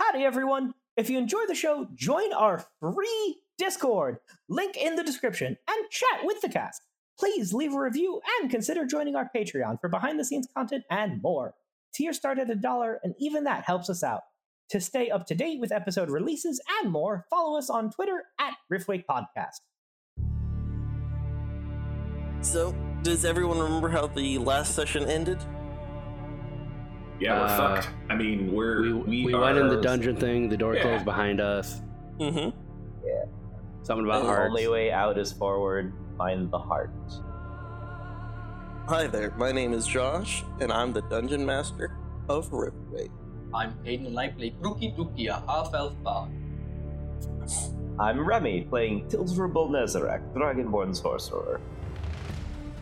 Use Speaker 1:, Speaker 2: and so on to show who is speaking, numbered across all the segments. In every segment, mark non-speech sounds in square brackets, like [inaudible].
Speaker 1: Howdy, everyone. If you enjoy the show, join our free Discord, link in the description, and chat with the cast. Please leave a review and consider joining our Patreon for behind the scenes content and more. Tiers start at a dollar, and even that helps us out. To stay up to date with episode releases and more, follow us on Twitter at Riftwake Podcast.
Speaker 2: So, does everyone remember how the last session ended?
Speaker 3: Yeah, we're
Speaker 4: Uh,
Speaker 3: fucked. I mean, we're
Speaker 4: we,
Speaker 3: we,
Speaker 4: we, went in the
Speaker 3: are-
Speaker 4: dungeon thing. The door
Speaker 3: Yeah.
Speaker 4: closed behind us.
Speaker 2: Mm-hmm.
Speaker 4: Something about
Speaker 2: The
Speaker 4: hearts.
Speaker 5: Only way out is forward. Find the heart.
Speaker 2: Hi there, my name is Josh, and I'm the Dungeon Master of Riftway.
Speaker 6: I'm Peyton and I play Brookie Brookie, a half elf bard.
Speaker 5: I'm Remy, playing Tilsrubal Nezarek, Dragonborn sorcerer.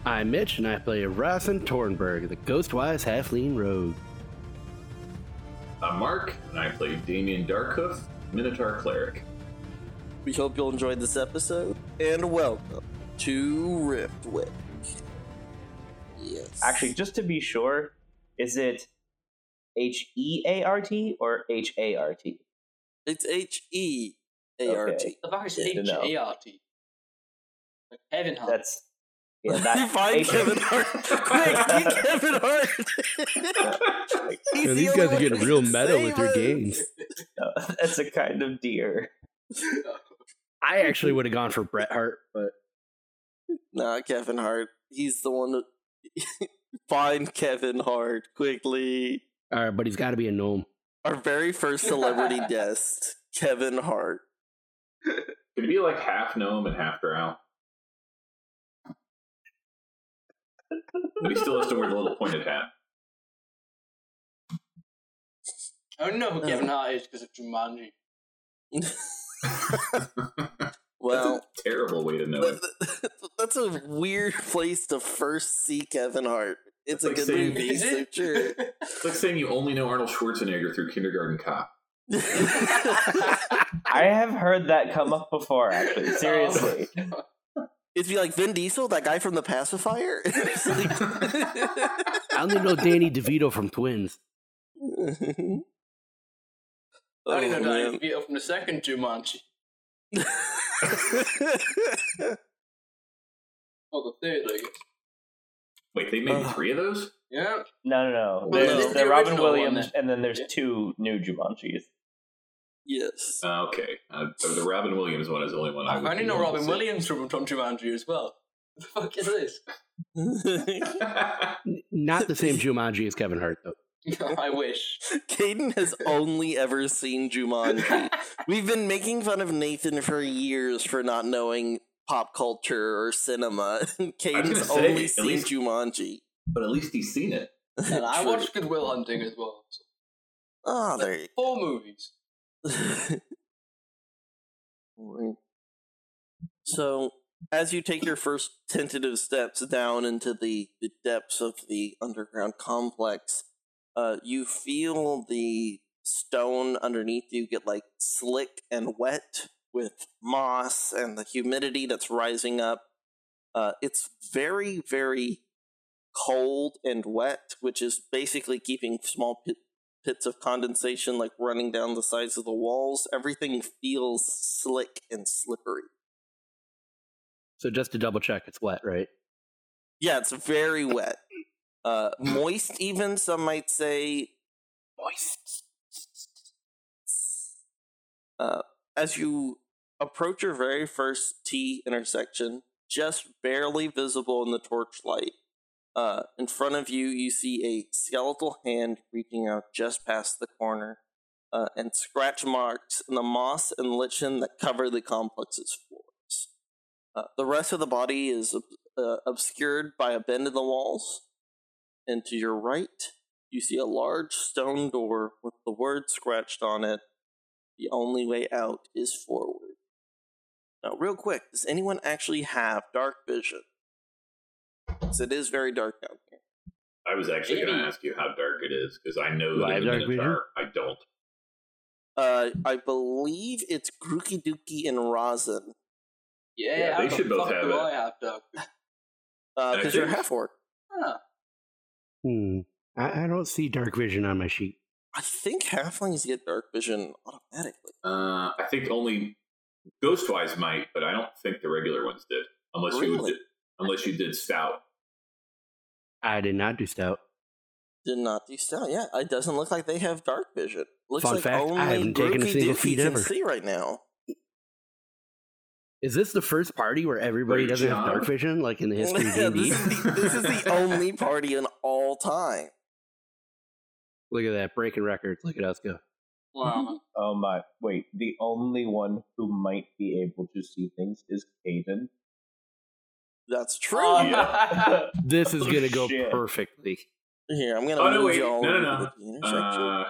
Speaker 4: I'm Mitch, and I play Rathan Tornberg, the Ghostwise Halfling Rogue.
Speaker 3: I'm Mark, and I play Damien Darkhoof, Minotaur Cleric.
Speaker 2: We hope you'll enjoy this episode, and welcome to Riftway. Yes.
Speaker 5: Actually, just to be sure, is it H E A R T or H A R T?
Speaker 2: it's H E A R T.
Speaker 6: The bar is
Speaker 5: Good to know.
Speaker 6: H-A-R-T. Like Heaven
Speaker 3: Oh.
Speaker 6: Hunt.
Speaker 5: That's yeah, that
Speaker 2: [laughs] Find
Speaker 5: H- E
Speaker 2: Kevin Hart. Quick, get Kevin Hart. He's the
Speaker 4: these
Speaker 2: only
Speaker 4: guys are
Speaker 2: one
Speaker 4: getting
Speaker 2: who
Speaker 4: real
Speaker 2: can
Speaker 4: meta
Speaker 2: save
Speaker 4: with your
Speaker 2: us.
Speaker 4: games.
Speaker 5: [laughs] no, that's a kind of deer.
Speaker 4: I actually would have gone for Bret Hart, but
Speaker 2: Nah, Kevin Hart. He's the one that. [laughs] Find Kevin Hart quickly.
Speaker 4: all right, uh, but he's got to be a gnome.
Speaker 2: Our very first
Speaker 3: [laughs]
Speaker 2: celebrity guest, Kevin Hart.
Speaker 3: Could it be like half gnome and half drow? but he still has to wear the little pointed hat.
Speaker 6: [laughs] I don't know who Kevin Hart is because of Jumanji.
Speaker 2: Well,
Speaker 3: that's a terrible way to know [laughs] it.
Speaker 2: that- that- that's a weird place to first see Kevin Hart. It's a
Speaker 3: Like
Speaker 2: good
Speaker 3: saying-
Speaker 2: movie,
Speaker 6: [laughs]
Speaker 2: so
Speaker 3: [laughs]
Speaker 2: sure.
Speaker 3: It's like saying you only know Arnold Schwarzenegger through Kindergarten Cop.
Speaker 5: I have heard that come up before,
Speaker 3: [laughs]
Speaker 5: actually. Seriously.
Speaker 3: Oh.
Speaker 2: It'd be like Vin Diesel, that guy from The Pacifier. [laughs] It's
Speaker 3: [laughs]
Speaker 2: like-
Speaker 4: I only know Danny DeVito from Twins.
Speaker 6: I don't even know that
Speaker 2: Oh,
Speaker 6: he's beat up from the second Jumanji.
Speaker 2: man.
Speaker 6: Or Oh, the third, I guess.
Speaker 3: [laughs] Wait, they made
Speaker 2: Ugh.
Speaker 3: three of those?
Speaker 6: Yeah.
Speaker 5: No, no, no.
Speaker 3: Well,
Speaker 5: There's
Speaker 3: no.
Speaker 5: the
Speaker 6: The
Speaker 5: Robin
Speaker 6: original one
Speaker 5: Williams,
Speaker 6: that-
Speaker 5: and then there's two new Jumanjis.
Speaker 2: [laughs] yes.
Speaker 3: [laughs] Uh, okay, uh, the Robin Williams one is the only one I
Speaker 6: I
Speaker 3: would
Speaker 6: only
Speaker 3: be
Speaker 6: know
Speaker 3: able to
Speaker 6: Robin
Speaker 3: see.
Speaker 6: Williams from, from Jumanji as well. What the fuck is this? [laughs]
Speaker 3: [laughs]
Speaker 4: N- Not the [laughs] same Jumanji as Kevin Hart, though.
Speaker 6: I wish.
Speaker 2: Caden
Speaker 6: [laughs]
Speaker 2: has only ever seen Jumanji. We've been making fun of Nathan for years for not knowing pop culture or cinema. [laughs] Caden's
Speaker 3: say,
Speaker 2: only
Speaker 3: at
Speaker 2: seen
Speaker 3: least-
Speaker 2: Jumanji.
Speaker 3: but at least he's seen it.
Speaker 6: And
Speaker 2: [laughs]
Speaker 6: I
Speaker 2: True.
Speaker 6: watched Goodwill Hunting as well. So
Speaker 2: Ah, there you
Speaker 6: four movies.
Speaker 2: [laughs] Alright. So, as you take your first tentative steps down into the, the depths of the underground complex, uh, you feel the stone underneath you get like slick and wet with moss and the humidity that's rising up. Uh, it's very, very cold and wet, which is basically keeping small pit- pits of condensation like running down the sides of the walls. Everything feels slick and slippery.
Speaker 4: So just to double check, it's wet, right?
Speaker 2: Yeah, it's very wet. Uh, moist, even some might say. Moist. Uh, as you approach your very first T intersection, just barely visible in the torchlight, uh, in front of you, you see a skeletal hand reaching out just past the corner, uh, and scratch marks in the moss and lichen that cover the complex's floors. Uh, the rest of the body is uh, obscured by a bend in the walls, and to your right, you see a large stone door with the word scratched on it. The only way out is forward. Now, real quick, does anyone actually have dark vision? 'Cause it is very dark down here.
Speaker 3: I was actually going to
Speaker 6: Maybe.
Speaker 3: ask you how dark it is because I know
Speaker 4: Do I
Speaker 3: that
Speaker 4: have
Speaker 3: in the
Speaker 4: dark vision?
Speaker 3: Minotaur, I don't.
Speaker 2: Uh, I believe it's Grookey Dookie and Rosin.
Speaker 6: Yeah,
Speaker 3: Yeah,
Speaker 6: how
Speaker 3: they
Speaker 6: the
Speaker 3: should both
Speaker 6: fuck
Speaker 3: have
Speaker 6: do
Speaker 3: it.
Speaker 6: I have Dark Vision?
Speaker 2: Uh, because you're
Speaker 3: Actually-
Speaker 2: half orc.
Speaker 6: Huh.
Speaker 4: Hmm. I, I don't see dark vision on my sheet.
Speaker 2: I think halflings get dark vision automatically.
Speaker 3: Uh, I think only Ghostwise might, but I don't think the regular ones did, unless you
Speaker 2: Really?
Speaker 3: did, unless you did Stout.
Speaker 4: I did not do stout.
Speaker 2: Did not do stout. Yeah, it doesn't look like they have dark vision. Looks
Speaker 4: Fun
Speaker 2: like
Speaker 4: fact, I
Speaker 2: only
Speaker 4: haven't taken a
Speaker 2: Grookey
Speaker 4: single
Speaker 2: Dookey
Speaker 4: feat
Speaker 2: can
Speaker 4: ever.
Speaker 2: see right now.
Speaker 4: Is this the first party where everybody
Speaker 3: Great
Speaker 4: doesn't have
Speaker 3: job.
Speaker 4: dark vision, like in
Speaker 2: [laughs]
Speaker 4: the
Speaker 2: this,
Speaker 4: [laughs] history of D&D?
Speaker 2: is the, this is
Speaker 4: [laughs]
Speaker 2: the only party in all time.
Speaker 4: Look at that, breaking records. Look at us go.
Speaker 6: Wow.
Speaker 7: [laughs] Oh my! Wait, the only one who might be able to see things is Caden.
Speaker 2: That's true.
Speaker 6: Oh,
Speaker 5: [laughs]
Speaker 4: This is
Speaker 7: Oh,
Speaker 4: gonna go
Speaker 7: shit.
Speaker 4: perfectly.
Speaker 2: Here, I'm gonna
Speaker 3: Oh, no,
Speaker 2: move
Speaker 3: wait.
Speaker 2: you all
Speaker 3: No, no,
Speaker 2: over
Speaker 3: no.
Speaker 2: to the penis section.
Speaker 3: Uh,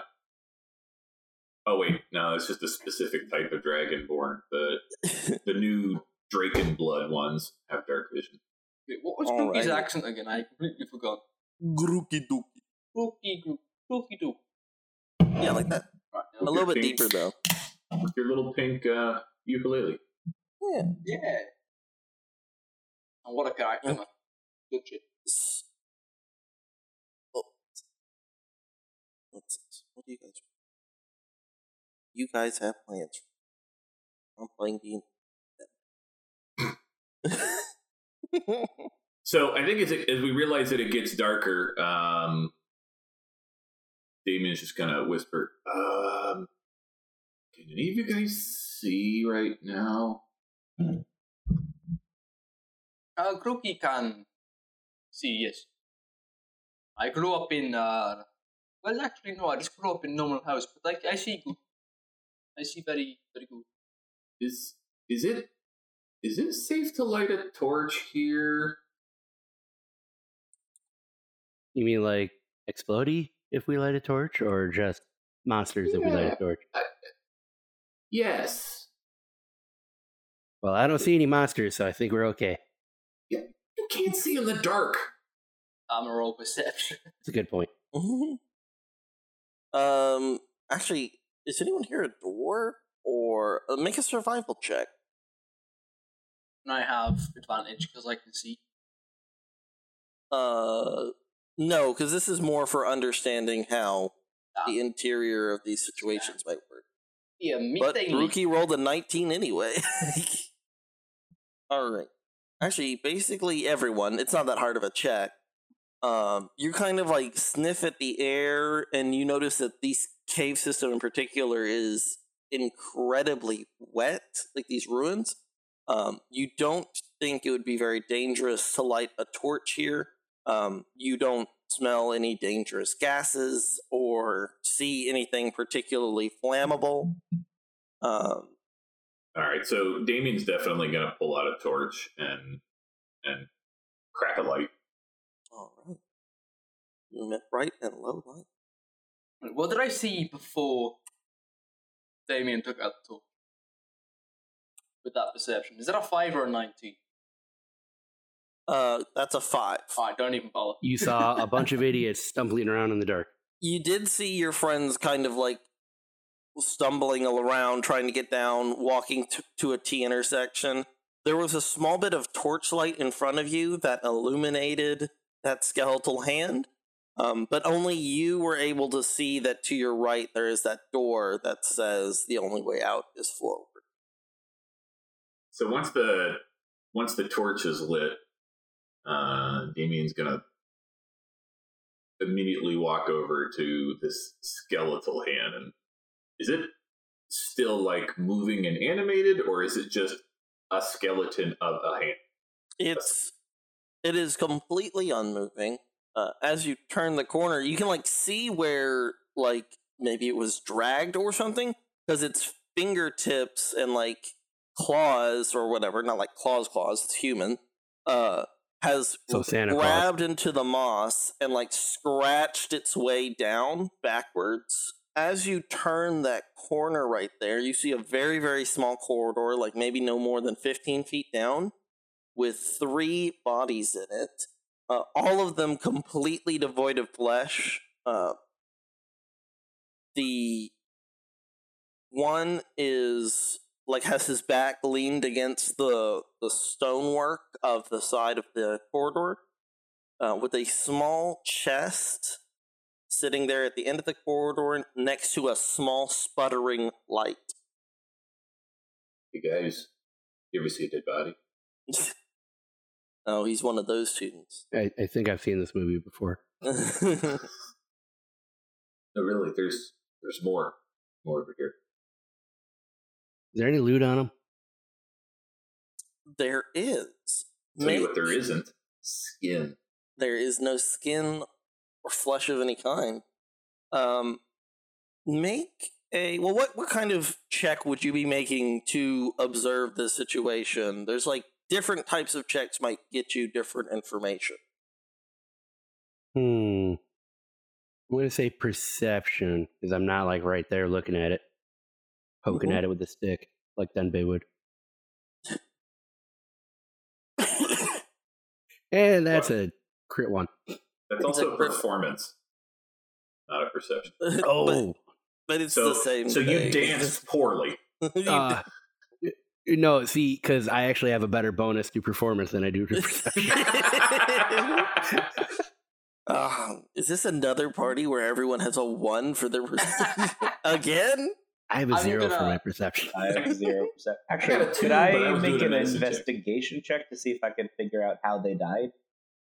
Speaker 3: oh wait, no, it's just a specific type of dragonborn. The the new Draken blood ones have dark vision.
Speaker 6: Wait, what was
Speaker 2: All
Speaker 6: Grookey's
Speaker 2: right.
Speaker 6: accent again? I completely forgot.
Speaker 2: [laughs]
Speaker 3: Uh,
Speaker 2: Grooky dooky.
Speaker 6: Grookey, Grookey, Grookey Doo.
Speaker 2: Yeah, like that.
Speaker 6: Right,
Speaker 2: A
Speaker 6: now.
Speaker 2: little bit deeper though.
Speaker 3: With your little pink uh, ukulele.
Speaker 2: Yeah.
Speaker 6: Yeah. And what a character, man. Good shit.
Speaker 2: S- Oh. What's this? What do you guys? You guys have plans. I'm playing D.
Speaker 3: [laughs] So I think as, it, as we realize that it gets darker, um, Damien is just gonna whisper, um, "Can any of you guys see right now?"
Speaker 6: Uh, Grookey can see, yes. I grew up in, uh, well, actually, no, I just grew up in normal house, but like, I see good. I see very, very good.
Speaker 3: Is is it is it safe to light a torch here?
Speaker 4: You mean like explodey if we light a torch, or just monsters if we light
Speaker 3: Yeah.
Speaker 4: a torch?
Speaker 3: Yes.
Speaker 4: Well, I don't see any monsters, so I think we're okay.
Speaker 3: You can't see in the dark.
Speaker 6: I'm a roll perception.
Speaker 4: It's a good point.
Speaker 2: um. Actually, is anyone here a dwarf or uh, make a survival check?
Speaker 6: [laughs] and I have advantage because I can see.
Speaker 2: Uh, no, because this is more for understanding how
Speaker 6: Ah,
Speaker 2: the interior of these situations might work.
Speaker 6: yeah, me
Speaker 2: But
Speaker 6: thing.
Speaker 2: Rookie rolled a 19 anyway. [laughs] All right. Actually, basically everyone, it's not that hard of a check. Um, you kind of like sniff at the air and you notice that this cave system in particular is incredibly wet, like these ruins. Um, you don't think it would be very dangerous to light a torch here. Um, you don't smell any dangerous gases or see anything particularly flammable. Um,
Speaker 3: All right, so Damien's definitely gonna pull out a torch and and crack a light.
Speaker 2: all right. You met bright and low light.
Speaker 6: What did I see before Damien took out the torch? With that perception. Is that a 5 or a 19?
Speaker 2: Uh, that's a five.
Speaker 6: Alright, don't even bother.
Speaker 4: You saw a bunch of idiots stumbling around in the dark.
Speaker 2: You did see your friends kind of like stumbling around, trying to get down, walking t- to a T intersection. There was a small bit of torchlight in front of you that illuminated that skeletal hand, um, but only you were able to see that to your right there is that door that says the only way out is forward.
Speaker 3: So once the once the torch is lit, uh, Damien's gonna immediately walk over to this skeletal hand. And is it still like moving and animated, or is it just a skeleton of a hand?
Speaker 2: It's it is completely unmoving. Uh, as you turn the corner, you can like see where like maybe it was dragged or something because its fingertips and like claws or whatever, not like claws claws, it's human. Uh has
Speaker 4: So Santa Claus.
Speaker 2: grabbed into the moss and like scratched its way down backwards. As you turn that corner right there, you see a very, very small corridor, like maybe no more than 15 feet down with three bodies in it, uh, all of them completely devoid of flesh. Uh, the one is like has his back leaned against the the stonework of the side of the corridor, uh, with a small chest, sitting there at the end of the corridor next to a small sputtering light. [laughs]
Speaker 3: Hey guys, you ever see a dead body?
Speaker 2: Oh, he's one of those students. [laughs]
Speaker 4: I, I think I've seen this movie before.
Speaker 3: No, really. There's there's more more over here.
Speaker 4: Is there any loot on him?
Speaker 2: there is.
Speaker 3: Tell you
Speaker 2: Maybe-
Speaker 3: what, there isn't skin.
Speaker 2: there is no skin or flesh of any kind. Um, make a well. What what kind of check would you be making to observe the situation? There's like different types of checks might get you different information. [coughs]
Speaker 4: Hmm. I'm gonna say perception because I'm not like right there looking at it, poking
Speaker 2: Mhm.
Speaker 4: at it with a stick like Dunbay would. And that's a crit one.
Speaker 3: That's
Speaker 2: It's
Speaker 3: also
Speaker 2: like
Speaker 3: a
Speaker 2: per-
Speaker 3: performance, not a perception.
Speaker 2: But-
Speaker 4: Oh,
Speaker 2: but, it's
Speaker 3: so
Speaker 2: the same.
Speaker 3: so you
Speaker 2: thing.
Speaker 3: danced poorly.
Speaker 2: [laughs] You
Speaker 4: uh, no, see, because I actually have a better bonus to performance than I do
Speaker 2: [laughs]
Speaker 4: to perception.
Speaker 2: Uh, is this another party where everyone has a one for their [laughs] perception again?
Speaker 4: I have a
Speaker 6: I'm
Speaker 4: 0 for
Speaker 6: gonna-
Speaker 4: my perception.
Speaker 7: I have
Speaker 3: [laughs]
Speaker 7: zero percent.
Speaker 3: I
Speaker 7: Actually,
Speaker 3: got a two,
Speaker 7: could
Speaker 3: but I
Speaker 7: I
Speaker 3: was
Speaker 7: make
Speaker 3: doing
Speaker 7: an
Speaker 3: a medicine check.
Speaker 7: investigation check to see if I can figure out how they died?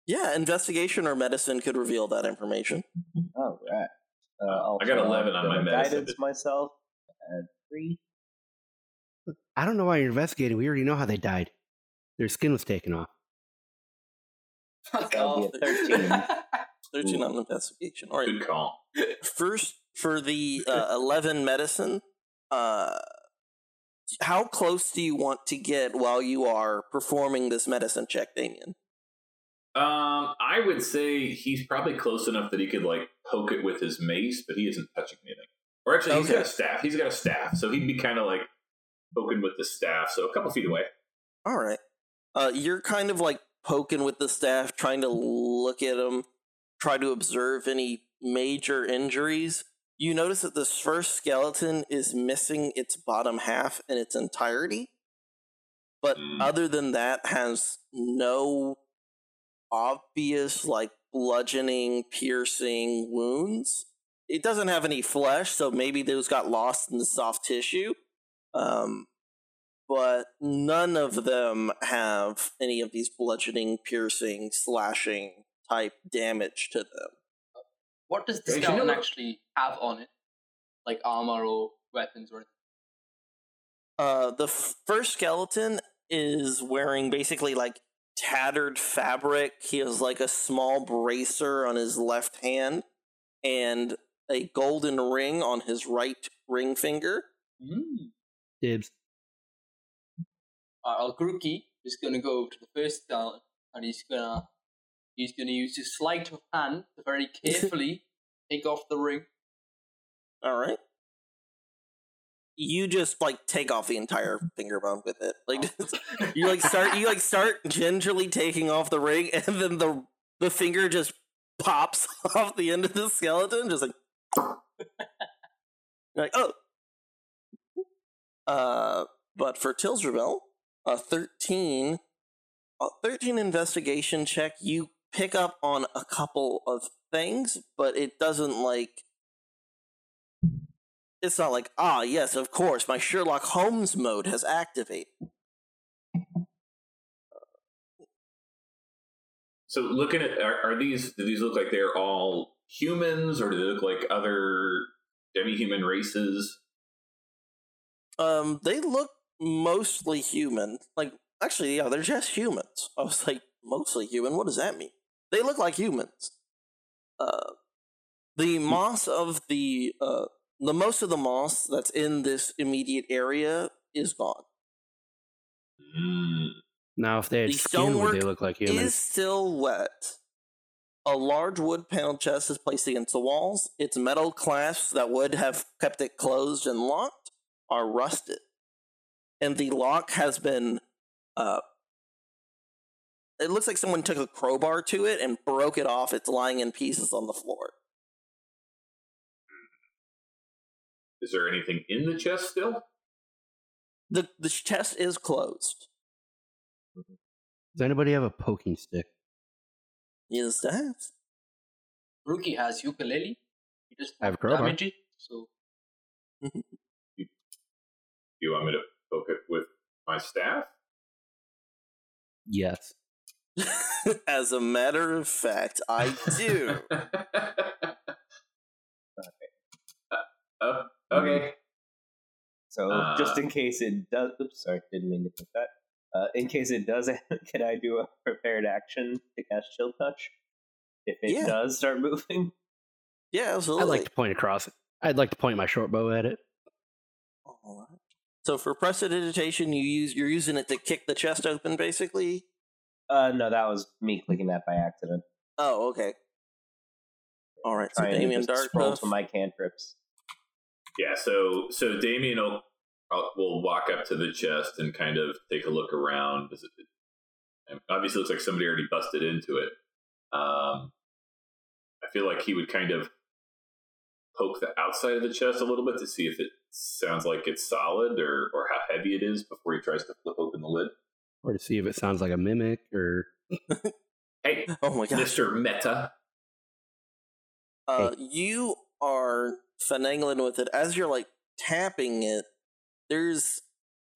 Speaker 2: Yeah, investigation or medicine could reveal that information.
Speaker 7: Oh, right. Uh, I'll
Speaker 3: I got
Speaker 7: roll
Speaker 3: 11 on
Speaker 7: for
Speaker 3: my medicine.
Speaker 7: Guidance myself. And three.
Speaker 4: I don't know why you're investigating. We already know how they died. Their skin was taken off.
Speaker 6: [laughs] Fuck
Speaker 7: That'll be
Speaker 6: off.
Speaker 7: a thirteen.
Speaker 2: 13
Speaker 7: Ooh.
Speaker 2: on investigation. All right.
Speaker 3: Good call.
Speaker 2: First, for the uh, 11 medicine, uh, how close do you want to get while you are performing this medicine check, Damien?
Speaker 3: Um, I would say he's probably close enough that he could like poke it with his mace, but he isn't touching anything. Or actually, he's
Speaker 2: Okay.
Speaker 3: got a staff. He's got a staff, so he'd be kind of like poking with the staff, so a couple feet away.
Speaker 2: All right. Uh, you're kind of like poking with the staff, trying to look at them, try to observe any major injuries. You notice that this first skeleton is missing its bottom half in its entirety, but
Speaker 3: Hmm.
Speaker 2: other than that, has no obvious like bludgeoning, piercing wounds. It doesn't have any flesh, so maybe those got lost in the soft tissue. Um, but none of them have any of these bludgeoning, piercing, slashing type damage to them.
Speaker 6: [laughs] What does the
Speaker 3: Hey, you
Speaker 6: skeleton
Speaker 3: know-
Speaker 6: actually have on it? Like armor or weapons or anything?
Speaker 2: Uh, the f- first skeleton is wearing basically like tattered fabric. He has like a small bracer on his left hand and a golden ring on his right ring finger.
Speaker 6: Mm.
Speaker 4: Dibs.
Speaker 6: Uh, Algruki is going to go over to the first skeleton and he's going to he's going to use his sleight of hand to very carefully take off the ring.
Speaker 2: All right. You just like take off the entire finger bone with it. Like you like
Speaker 6: [laughs]
Speaker 2: start you like start gingerly taking off the ring and then the the finger just pops [laughs] off the end of the skeleton just like [laughs] You're like oh uh but for Tilsrebel a 13 a 13 investigation check you pick up on a couple of things but it doesn't like it's not like ah yes of course my Sherlock Holmes mode has activated
Speaker 3: So looking at are, are these do these look like they're all humans or do they look like other demi-human races?
Speaker 2: Um, they look mostly human. Like, actually, yeah, they're just humans. I was like, mostly human. What does that mean? They look like humans. Uh, the moss of the uh, the most of the moss that's in this immediate area is gone.
Speaker 3: Mm.
Speaker 4: Now, if they had
Speaker 2: The
Speaker 4: skin, would they
Speaker 2: stonework
Speaker 4: look like humans?
Speaker 2: Is still wet. A large wood panel chest is placed against the walls. Its metal clasps that would have kept it closed and locked are rusted. And the lock has been. Uh, it looks like someone took a crowbar to it and broke it off. It's lying in pieces on the floor.
Speaker 3: Is there anything in the chest still?
Speaker 2: The, the chest is closed.
Speaker 4: Does anybody have a poking stick?
Speaker 2: Yes, that?
Speaker 6: Ruki has ukulele. He doesn't
Speaker 4: I have a crowbar.
Speaker 6: damage it, so
Speaker 3: Do you want me to poke it with my staff?
Speaker 4: Yes.
Speaker 2: [laughs] As a matter of fact, I
Speaker 4: [laughs]
Speaker 3: [laughs]
Speaker 2: do.
Speaker 3: Uh, okay.
Speaker 7: So
Speaker 3: Uh,
Speaker 7: just in case it does, oops, sorry, didn't mean to put that. Uh, in case it does, [laughs] can I do a prepared action to cast Chill Touch? If it
Speaker 2: Yeah.
Speaker 7: does start [laughs] moving,
Speaker 2: yeah,
Speaker 4: I'd
Speaker 2: absolutely.
Speaker 4: like to point across it. I'd like to point my short bow at it.
Speaker 2: All right. So for prestidigitation, you use you're using it to kick the chest open, basically.
Speaker 7: uh, no, that was me clicking that by accident.
Speaker 2: Oh, okay. All right. So
Speaker 7: Trying to
Speaker 2: Damien
Speaker 7: just scroll
Speaker 2: Darkbuff.
Speaker 7: to my cantrips.
Speaker 3: Yeah. So so Damien will uh, will walk up to the chest and kind of take a look around. Does it- it obviously looks like somebody already busted into it. Um, I feel like he would kind of poke the outside of the chest a little bit to see if it sounds like it's solid or or how heavy it is before he tries to flip open the lid.
Speaker 4: Or to see if it sounds like a mimic or
Speaker 3: Hey,
Speaker 2: [laughs] oh my
Speaker 7: [laughs]
Speaker 2: gosh.
Speaker 3: Mister Meta.
Speaker 2: Uh, you are finagling with it as you're like tapping it. There's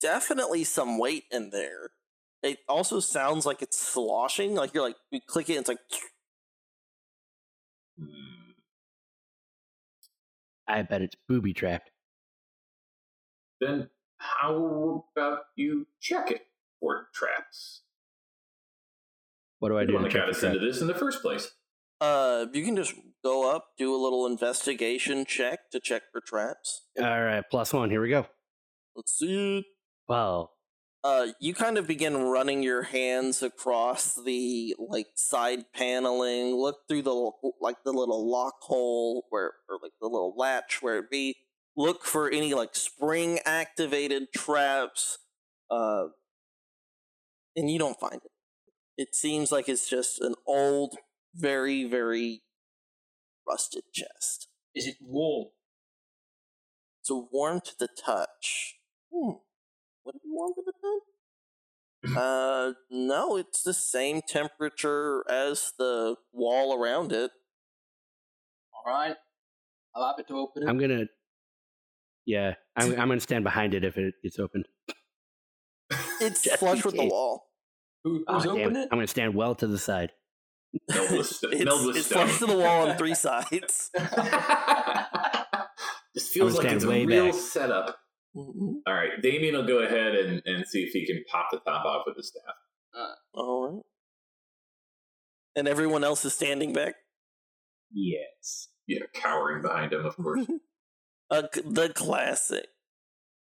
Speaker 2: definitely some weight in there. It also sounds like it's sloshing. Like you're like you click it, it's like [sniffs]
Speaker 3: Hmm.
Speaker 4: I bet it's booby trapped.
Speaker 3: Then how about you check it for traps?
Speaker 4: What do I
Speaker 3: You're the
Speaker 4: do?
Speaker 3: one
Speaker 4: to
Speaker 3: that got
Speaker 4: check the
Speaker 3: us into
Speaker 4: trap?
Speaker 3: this in the first place.
Speaker 2: uh, you can just go up, do a little investigation check to check for traps.
Speaker 4: All right, plus one. Here we go.
Speaker 2: Let's see.
Speaker 4: Well,
Speaker 2: uh, you kind of begin running your hands across the like side paneling. Look through the like the little lock hole where, or like the little latch where it be. Look for any like spring activated traps, uh, and you don't find it. It seems like it's just an old, very very rusted chest.
Speaker 6: is it warm?
Speaker 2: It's warm to the touch. Hmm. Would it be warm to the touch?
Speaker 4: [clears throat]
Speaker 2: uh, no, it's the same temperature as the wall around it.
Speaker 6: All right, I'm happy to open it.
Speaker 4: I'm gonna. Yeah, I'm, I'm gonna stand behind it if it gets open.
Speaker 2: It's
Speaker 4: Just
Speaker 2: flush
Speaker 4: in
Speaker 2: with the
Speaker 4: case.
Speaker 2: wall.
Speaker 6: Who,
Speaker 4: Oh,
Speaker 6: who's
Speaker 4: damn
Speaker 6: opening
Speaker 4: it.
Speaker 6: it?
Speaker 4: I'm gonna stand well to the side.
Speaker 3: Meld with st- meld
Speaker 2: [laughs]
Speaker 3: with
Speaker 2: it's it's
Speaker 3: stone.
Speaker 2: flush to the wall on [laughs]
Speaker 3: [laughs]
Speaker 2: three
Speaker 4: [laughs]
Speaker 2: sides.
Speaker 3: this feels like
Speaker 4: I'm staying
Speaker 3: it's a
Speaker 4: way
Speaker 3: real
Speaker 4: back.
Speaker 3: setup.
Speaker 4: Mm-hmm.
Speaker 2: Mhm.
Speaker 3: All right, Damien will go ahead and, and see if he can pop the top off with the staff.
Speaker 2: All right. And everyone else is standing back.
Speaker 7: Yes.
Speaker 3: Yeah, cowering behind him, of
Speaker 2: [laughs]
Speaker 3: course.
Speaker 2: Uh, c- the classic.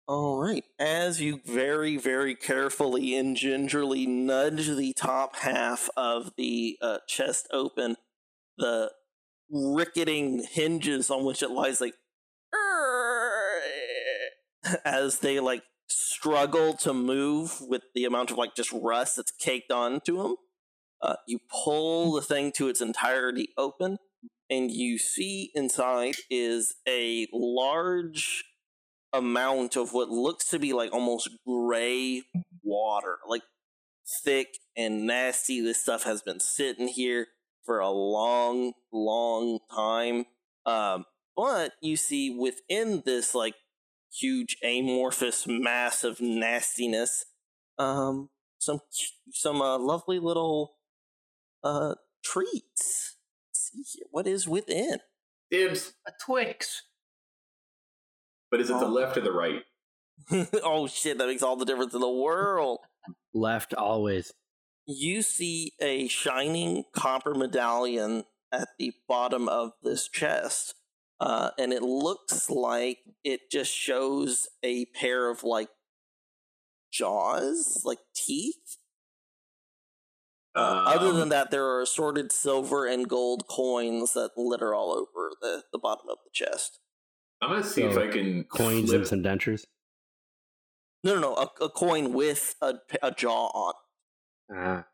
Speaker 2: All right. As you very, very carefully and gingerly nudge the top half of the uh, chest open, the ricketing hinges on which it lies, like, [laughs] as they like struggle to move with the amount of like just rust that's caked onto them. Uh, you pull the thing to its entirety open, and you see inside is a large amount of what looks to be like almost gray water, like thick and nasty. This stuff has been sitting here for a long, long time. Um, but you see within this like huge amorphous mass of nastiness, um, some some uh, lovely little uh treats. Let's see here, what is within? [laughs]
Speaker 3: Dibs.
Speaker 6: A Twix.
Speaker 3: But is it the
Speaker 2: Oh.
Speaker 3: left or the right?
Speaker 2: oh shit, that makes all the difference in the world.
Speaker 4: Left always.
Speaker 2: you see a shining copper medallion at the bottom of this chest. Uh, and it looks like it just shows a pair of like jaws, like teeth. Uh, other
Speaker 3: Um,
Speaker 2: than that, there are assorted silver and gold coins that litter all over the, the bottom of the chest.
Speaker 3: I'm gonna see if
Speaker 4: So,
Speaker 3: I can
Speaker 4: Coins
Speaker 3: flip.
Speaker 4: and some dentures.
Speaker 2: No, no, no, a, a coin with a, a jaw on.
Speaker 4: Ah,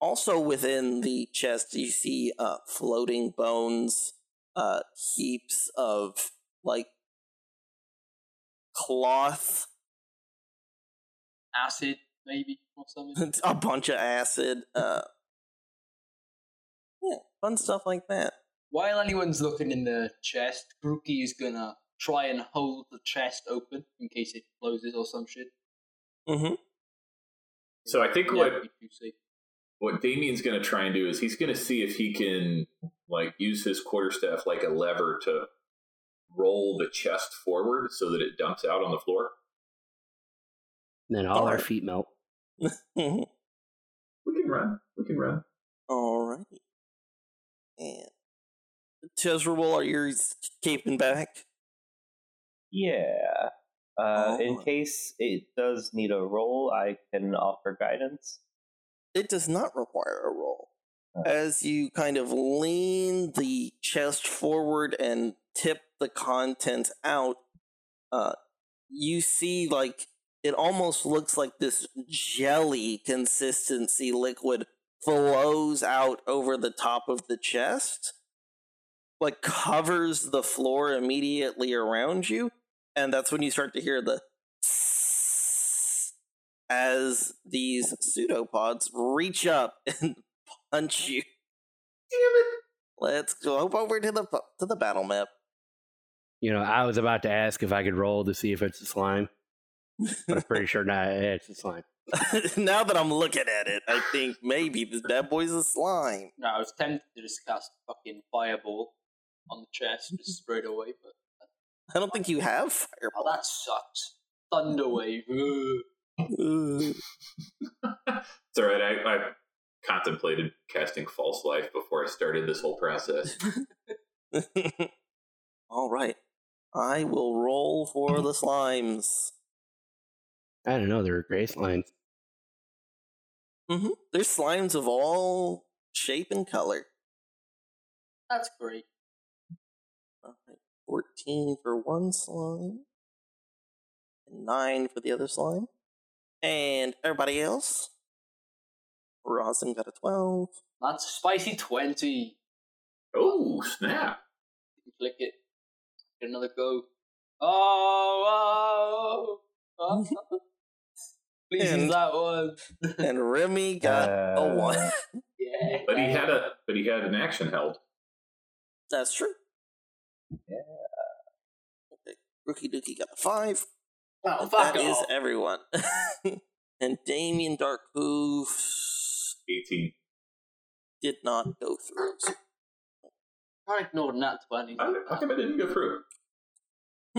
Speaker 2: also within the chest you see uh floating bones uh heaps of like cloth [laughs]
Speaker 6: Acid, maybe, or something.
Speaker 2: a bunch of acid uh yeah fun stuff like that
Speaker 6: While anyone's looking in the chest, Grookey is gonna try and hold the chest open in case it closes or some shit.
Speaker 2: Mm-hmm.
Speaker 3: So I think
Speaker 6: Yeah,
Speaker 3: what
Speaker 6: you see.
Speaker 3: what Damien's going to try and do is he's going to see if he can like use his quarterstaff like a lever to roll the chest forward so that it dumps out on the floor.
Speaker 4: Then all our
Speaker 2: Alright.
Speaker 4: feet melt.
Speaker 2: mm-hmm.
Speaker 3: We can run. We can run.
Speaker 2: All right. And Tezrable, are you caping back?
Speaker 7: Yeah. Uh, in
Speaker 2: Alright.
Speaker 7: case it does need a roll, I can offer guidance.
Speaker 2: It does not require a roll.
Speaker 7: Uh.
Speaker 2: As you kind of lean the chest forward and tip the contents out, uh, you see like it almost looks like this jelly consistency liquid flows out over the top of the chest, like covers the floor immediately around you, and that's when you start to hear the as these pseudopods reach up [laughs] and punch you. Let's go over to the to the battle map. [laughs]
Speaker 4: You know, I was about to ask if I could roll to see if it's a slime, but I'm pretty sure not. eh, It's a slime.
Speaker 2: now that I'm looking at it, I think maybe this bad boy's a slime.
Speaker 6: No, I was tempted to just cast fucking fireball on the chest just
Speaker 3: [laughs]
Speaker 6: straight away, but
Speaker 2: I don't think you have
Speaker 6: oh,
Speaker 2: fireball.
Speaker 6: that sucks. Thunderwave. ugh.
Speaker 2: Ooh.
Speaker 3: It's all right. I, I contemplated casting false life before I started this whole process.
Speaker 2: [laughs] All right, I will roll for the slimes.
Speaker 4: I don't know. There are gray slimes.
Speaker 2: hmm There's slimes of all shape and color.
Speaker 6: That's great.
Speaker 2: All right, fourteen for one slime, and nine for the other slime, and everybody else. Rosin got a twelve.
Speaker 6: That's a spicy 20.
Speaker 3: oh snap!
Speaker 6: You click it. Get another go. Oh, oh, oh, [laughs] oh. Please use
Speaker 2: And-
Speaker 6: that one. [laughs]
Speaker 2: and Remy got a
Speaker 6: Uh.
Speaker 2: one.
Speaker 6: Yeah.
Speaker 3: But he had a but he had an action held.
Speaker 2: [laughs] That's true.
Speaker 7: Yeah.
Speaker 2: Okay. Rookie Dookie got a five.
Speaker 6: Oh,
Speaker 2: and
Speaker 6: fuck
Speaker 2: that is
Speaker 6: off.
Speaker 2: everyone. [laughs] and Damien Dark Hoofs
Speaker 3: Eighteen.
Speaker 2: did not go through. So
Speaker 6: I ignored that 20.
Speaker 3: How, how come I didn't go through?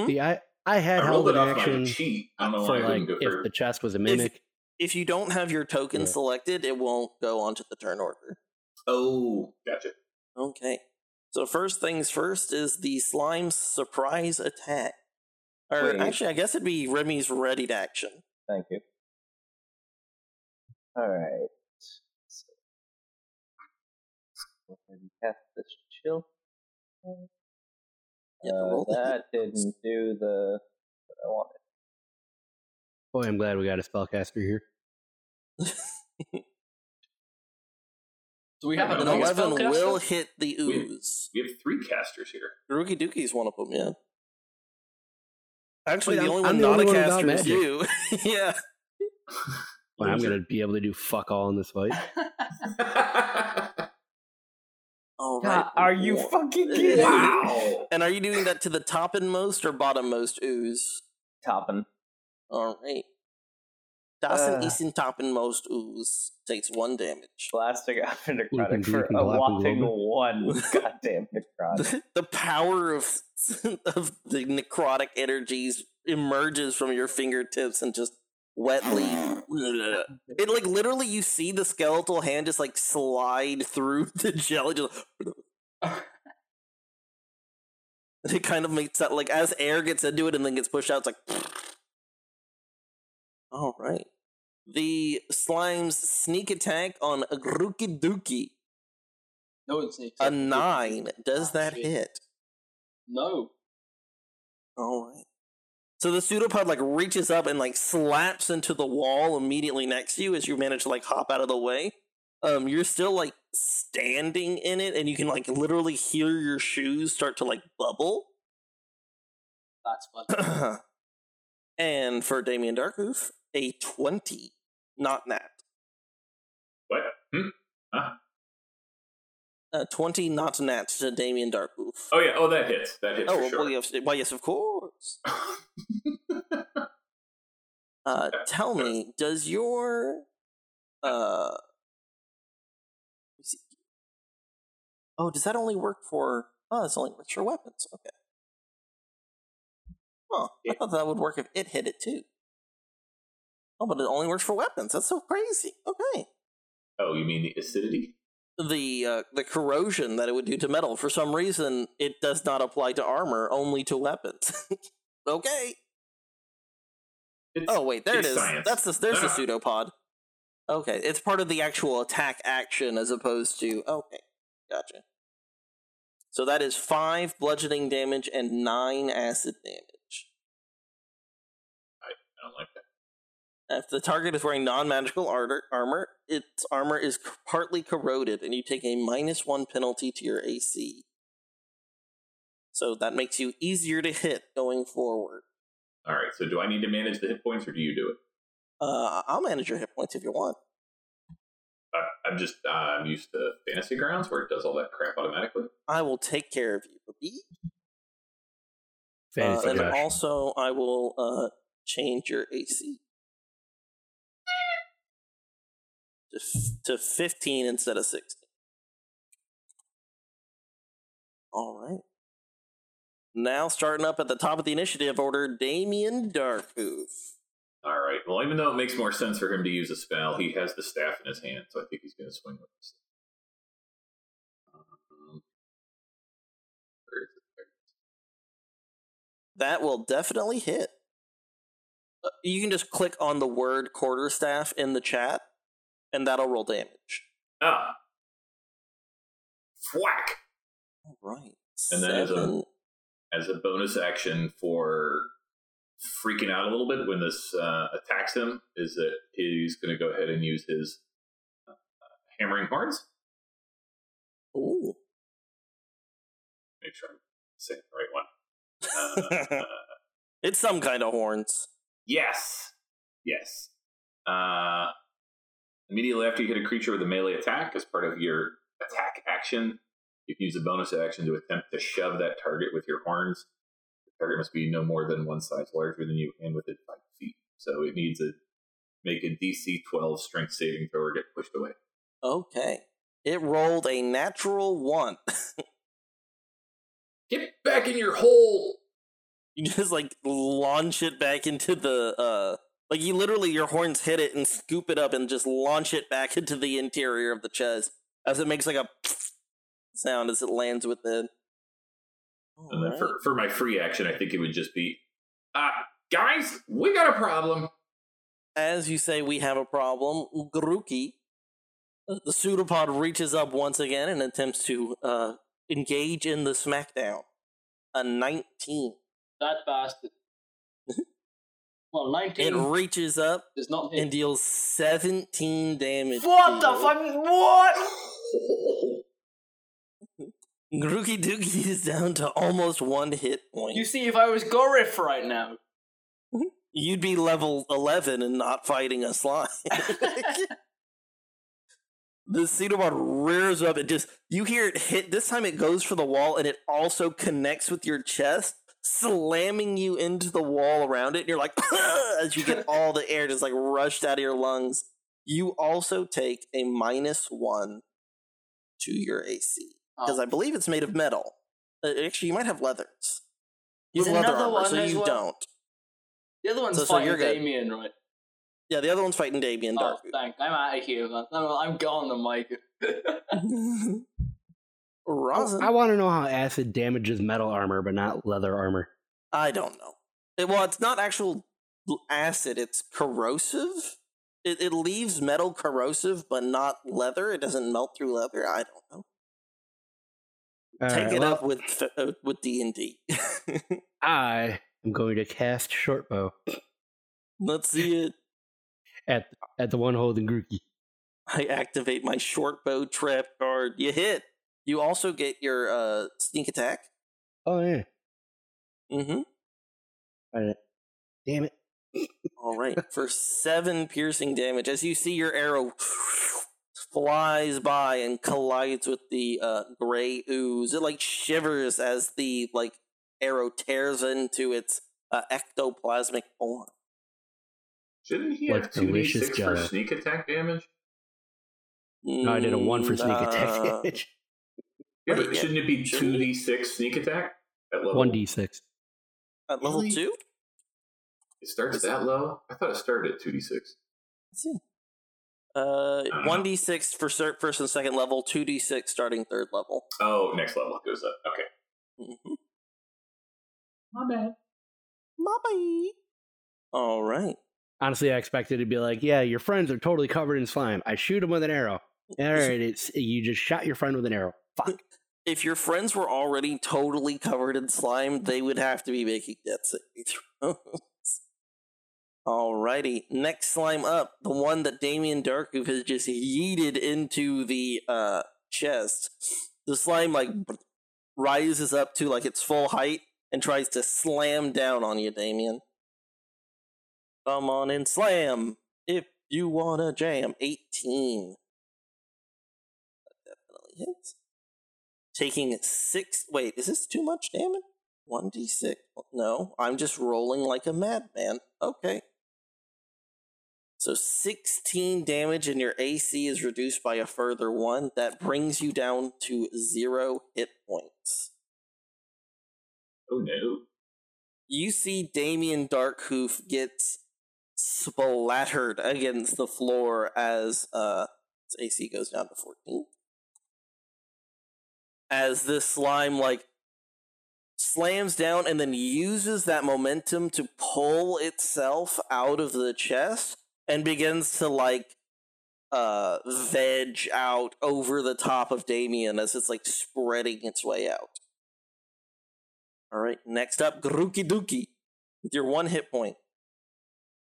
Speaker 4: See, I I had
Speaker 3: I rolled
Speaker 4: held
Speaker 3: it
Speaker 4: an
Speaker 3: off my
Speaker 4: action
Speaker 3: cheat. I don't know
Speaker 4: for
Speaker 3: why I
Speaker 4: like
Speaker 3: didn't go
Speaker 4: if
Speaker 3: through.
Speaker 4: the chest was a mimic.
Speaker 2: if you don't have your token
Speaker 4: Yeah.
Speaker 2: selected, it won't go onto the turn order.
Speaker 3: oh, gotcha.
Speaker 2: Okay. So first things first is the slime's surprise attack. Or
Speaker 7: Wait.
Speaker 2: actually, I guess it'd be Remy's readied action.
Speaker 7: Thank you. Alright. So, go ahead and cast this chill.
Speaker 2: You have to
Speaker 7: Uh,
Speaker 2: roll the hit
Speaker 7: that didn't do the what I wanted.
Speaker 4: Boy, I'm glad we got a spellcaster here.
Speaker 6: Do we have
Speaker 3: An
Speaker 2: An
Speaker 6: another
Speaker 2: 11
Speaker 6: spellcaster?
Speaker 2: will hit the
Speaker 3: Weird.
Speaker 2: ooze.
Speaker 3: We have three casters here.
Speaker 2: Rookie Dookie's one of them, yeah. Actually,
Speaker 4: Wait,
Speaker 2: the
Speaker 4: I'm-
Speaker 2: only
Speaker 4: I'm
Speaker 2: one
Speaker 4: the
Speaker 2: not
Speaker 4: only
Speaker 2: a
Speaker 4: one without
Speaker 2: caster is you. [laughs] yeah.
Speaker 4: But I'm gonna be able to do fuck all in this fight. Oh
Speaker 2: All right.
Speaker 5: God, are you
Speaker 2: One.
Speaker 7: [laughs]
Speaker 5: fucking kidding? me?
Speaker 3: wow.
Speaker 2: And are you doing that to the top and most or bottom most ooze?
Speaker 7: Toppin.
Speaker 2: All right. Dawson
Speaker 7: Uh.
Speaker 2: Easton top and most ooze takes one damage.
Speaker 7: [laughs] Blasting after necrotic
Speaker 4: Looking
Speaker 7: for
Speaker 4: deep in
Speaker 7: a
Speaker 4: black and
Speaker 7: whopping
Speaker 4: golden.
Speaker 7: one
Speaker 2: [laughs]
Speaker 7: goddamn necrotic.
Speaker 2: The, the power of [laughs] of the necrotic energies emerges from your fingertips and just wetly. It like literally, you see the skeletal hand just like slide through [laughs] the jelly. Just, And it kind of makes that like as air gets into it and then gets pushed out, it's like [laughs] All right. The slime's sneak attack on Grookey Dookie.
Speaker 6: no one sneaks
Speaker 2: A
Speaker 6: up.
Speaker 2: nine. Does
Speaker 6: Ah,
Speaker 2: that
Speaker 6: shit.
Speaker 2: hit?
Speaker 6: No.
Speaker 2: All right. So the pseudopod like reaches up and like slaps into the wall immediately next to you as you manage to like hop out of the way. Um, you're still like standing in it, and you can like literally hear your shoes start to like bubble. [clears throat]
Speaker 6: That's fun.
Speaker 2: [coughs] and for Damien Darkhoof, a twenty, not nat.
Speaker 3: What? Hmm?
Speaker 2: Uh, 20 not to nat to Damien Darkwolf.
Speaker 3: [laughs] Oh yeah. Oh, that hits. That hits
Speaker 2: Oh,
Speaker 3: for
Speaker 2: well,
Speaker 3: sure.
Speaker 2: yes, well, yes, of course. Uh, tell me, does your uh, let's see. oh, does that only work for? Oh, it's only works for weapons. Okay. Huh. I thought that would work if it hit it too. Oh, but it only works for weapons. That's so crazy. Okay.
Speaker 3: [laughs] oh, you mean the acidity?
Speaker 2: The uh, the corrosion that it would do to metal for some reason it does not apply to armor, only to weapons. [laughs] okay.
Speaker 3: It's,
Speaker 2: Oh wait, there
Speaker 3: It's
Speaker 2: it is.
Speaker 3: science.
Speaker 2: That's the there's the
Speaker 3: Ah.
Speaker 2: pseudopod. Okay, it's part of the actual attack action as opposed to okay, gotcha. So that is five bludgeoning damage and nine acid damage.
Speaker 3: I don't like that.
Speaker 2: If the target is wearing non-magical arter- armor, its armor is c- partly corroded, and you take a minus one penalty to your AC. So that makes you easier to hit going forward.
Speaker 3: All right. So, do I need to manage the hit points, or do you do it?
Speaker 2: Uh, I'll manage your hit points if you want.
Speaker 3: I, I'm just uh, I'm used to fantasy grounds where it does all that crap automatically.
Speaker 2: I will take care of you, baby. Uh,
Speaker 4: Fantasy
Speaker 2: and
Speaker 4: Clash.
Speaker 2: also, I will uh, change your AC to, f- to 15 instead of 16. All right. Now, starting up at the top of the initiative order, Damien Darkhoof.
Speaker 3: All right. Well, even though it makes more sense for him to use a spell, he has the staff in his hand, so I think he's going to swing with this. Um, where is it? There it is.
Speaker 2: That will definitely hit. Uh, You can just click on the word quarterstaff in the chat, and that'll roll damage.
Speaker 3: Ah. Whack!
Speaker 2: All right.
Speaker 3: And that is a-
Speaker 2: Seven-
Speaker 3: as a bonus action for freaking out a little bit when this uh, attacks him is that he's going to go ahead and use his uh, hammering horns.
Speaker 2: Ooh.
Speaker 3: Make sure I'm saying the right one. Uh,
Speaker 2: It's some kind of horns.
Speaker 3: yes, yes. Uh, immediately after you hit a creature with a melee attack as part of your attack action, you can use a bonus action to attempt to shove that target with your horns. The target must be no more than one size larger than you and within five feet. So it needs a make a DC 12 strength saving throw or get pushed away.
Speaker 2: Okay. It rolled a natural one. [laughs]
Speaker 3: Get back in your hole!
Speaker 2: you just like launch it back into the uh like you literally your horns hit it and scoop it up and just launch it back [laughs] into the interior of the chest as it makes like a [laughs] sound as it lands with it.
Speaker 3: And then
Speaker 2: Alright.
Speaker 3: for, for my free action, I think it would just be, uh, guys, we got a problem.
Speaker 2: As you say, we have a problem. Gruki, the pseudopod reaches up once again and attempts to uh, engage in the smackdown. A 19.
Speaker 6: That bastard. well, 19
Speaker 2: It reaches up
Speaker 6: does not hit.
Speaker 2: and deals 17 damage.
Speaker 5: What
Speaker 2: to
Speaker 5: the
Speaker 2: you.
Speaker 5: fuck? What?
Speaker 2: Grookey Dookie [laughs] is down to almost one hit point.
Speaker 6: You see, if I was Gorif right now,
Speaker 2: You'd be level 11 and not fighting a slime. [laughs] the Cedarbot rears up and just, you hear it hit. This time it goes for the wall and it also connects with your chest, slamming you into the wall around it. And you're like, [laughs] as
Speaker 5: [laughs]
Speaker 2: you get all the air just like rushed out of your lungs. You also take a minus one to your AC
Speaker 6: Oh.
Speaker 2: because I believe it's made of metal. Uh, Actually, you might have leathers. You
Speaker 5: Is
Speaker 2: have leather
Speaker 5: another
Speaker 2: armor,
Speaker 5: one
Speaker 2: so
Speaker 5: as
Speaker 2: you
Speaker 5: well?
Speaker 2: don't.
Speaker 6: the other one's
Speaker 2: So- so
Speaker 6: fighting
Speaker 2: you're good.
Speaker 6: Damien, right?
Speaker 2: Yeah, the other one's fighting Damien
Speaker 6: Oh,
Speaker 2: Dark.
Speaker 6: thank. I'm out of here, man. No, no, I'm gone, the mic.
Speaker 2: Rosin?
Speaker 4: I want to know how acid damages metal armor, but not leather armor.
Speaker 2: I don't know. It- well, it's not actual l- acid, it's corrosive. It, it leaves metal corrosive, but not leather. It doesn't melt through leather. I don't know.
Speaker 4: All
Speaker 2: Take
Speaker 4: right,
Speaker 2: it
Speaker 4: well,
Speaker 2: up with f- uh, with D and D. [laughs]
Speaker 4: I am going to cast shortbow
Speaker 2: Let's see it.
Speaker 4: at at the one holding Grookey.
Speaker 2: I activate my short bow trap card. You hit. You also get your uh, sneak attack.
Speaker 4: Oh yeah,
Speaker 2: Mm-hmm.
Speaker 4: damn it!
Speaker 2: All right, for seven piercing damage, as you see your arrow flies by and collides with the uh, gray ooze. It like shivers as the like arrow tears into its uh, ectoplasmic form.
Speaker 3: Shouldn't he
Speaker 4: Like
Speaker 3: have two d
Speaker 4: delicious
Speaker 3: six for
Speaker 4: jello.
Speaker 3: sneak attack damage?
Speaker 4: No, I did a one for sneak attack
Speaker 2: Mm, uh,
Speaker 4: damage.
Speaker 3: Yeah,
Speaker 2: Wait,
Speaker 3: but
Speaker 2: yeah.
Speaker 3: shouldn't it be
Speaker 2: Shouldn't
Speaker 3: two
Speaker 2: it?
Speaker 3: d six sneak attack at level?
Speaker 4: One d six.
Speaker 2: uh,
Speaker 4: [laughs]
Speaker 2: At level
Speaker 3: Really?
Speaker 2: two?
Speaker 3: It starts that low. I thought it started at two d six.
Speaker 2: Let's see. Uh,
Speaker 3: don't know.
Speaker 2: one d six for cert first and second level, two d six starting third level.
Speaker 3: Oh, next level goes up. Okay.
Speaker 2: Mhm.
Speaker 3: My bad.
Speaker 2: Bye-bye. All right.
Speaker 4: Honestly, I expected to be like, yeah, your friends are totally covered in slime. I shoot them with
Speaker 2: [laughs]
Speaker 4: an arrow. All right, it's you just shot your friend with an arrow. Fuck.
Speaker 2: If your friends were already totally covered in slime, they would have to be making death saving throws. [laughs] Alrighty, next slime up, the one that Damien Darkoof has just yeeted into the uh, chest. The slime like rises up to like its full height and tries to slam down on you, Damien. Come on and slam if you wanna jam. 18. That definitely hits taking six. Wait, is this too much damage? 1d6. No, I'm just rolling like a madman. Okay. So 16 damage, and your AC is reduced by a further one. That brings you down to zero hit points.
Speaker 3: Oh no.
Speaker 2: You see Damien Darkhoof gets splattered against the floor as uh, his AC goes down to 14. As this slime, like, slams down and then uses that momentum to pull itself out of the chest and begins to, like, uh, veg out over the top of Damien as it's, like, spreading its way out. All right, next up, Grookey Dookie with your one hit point.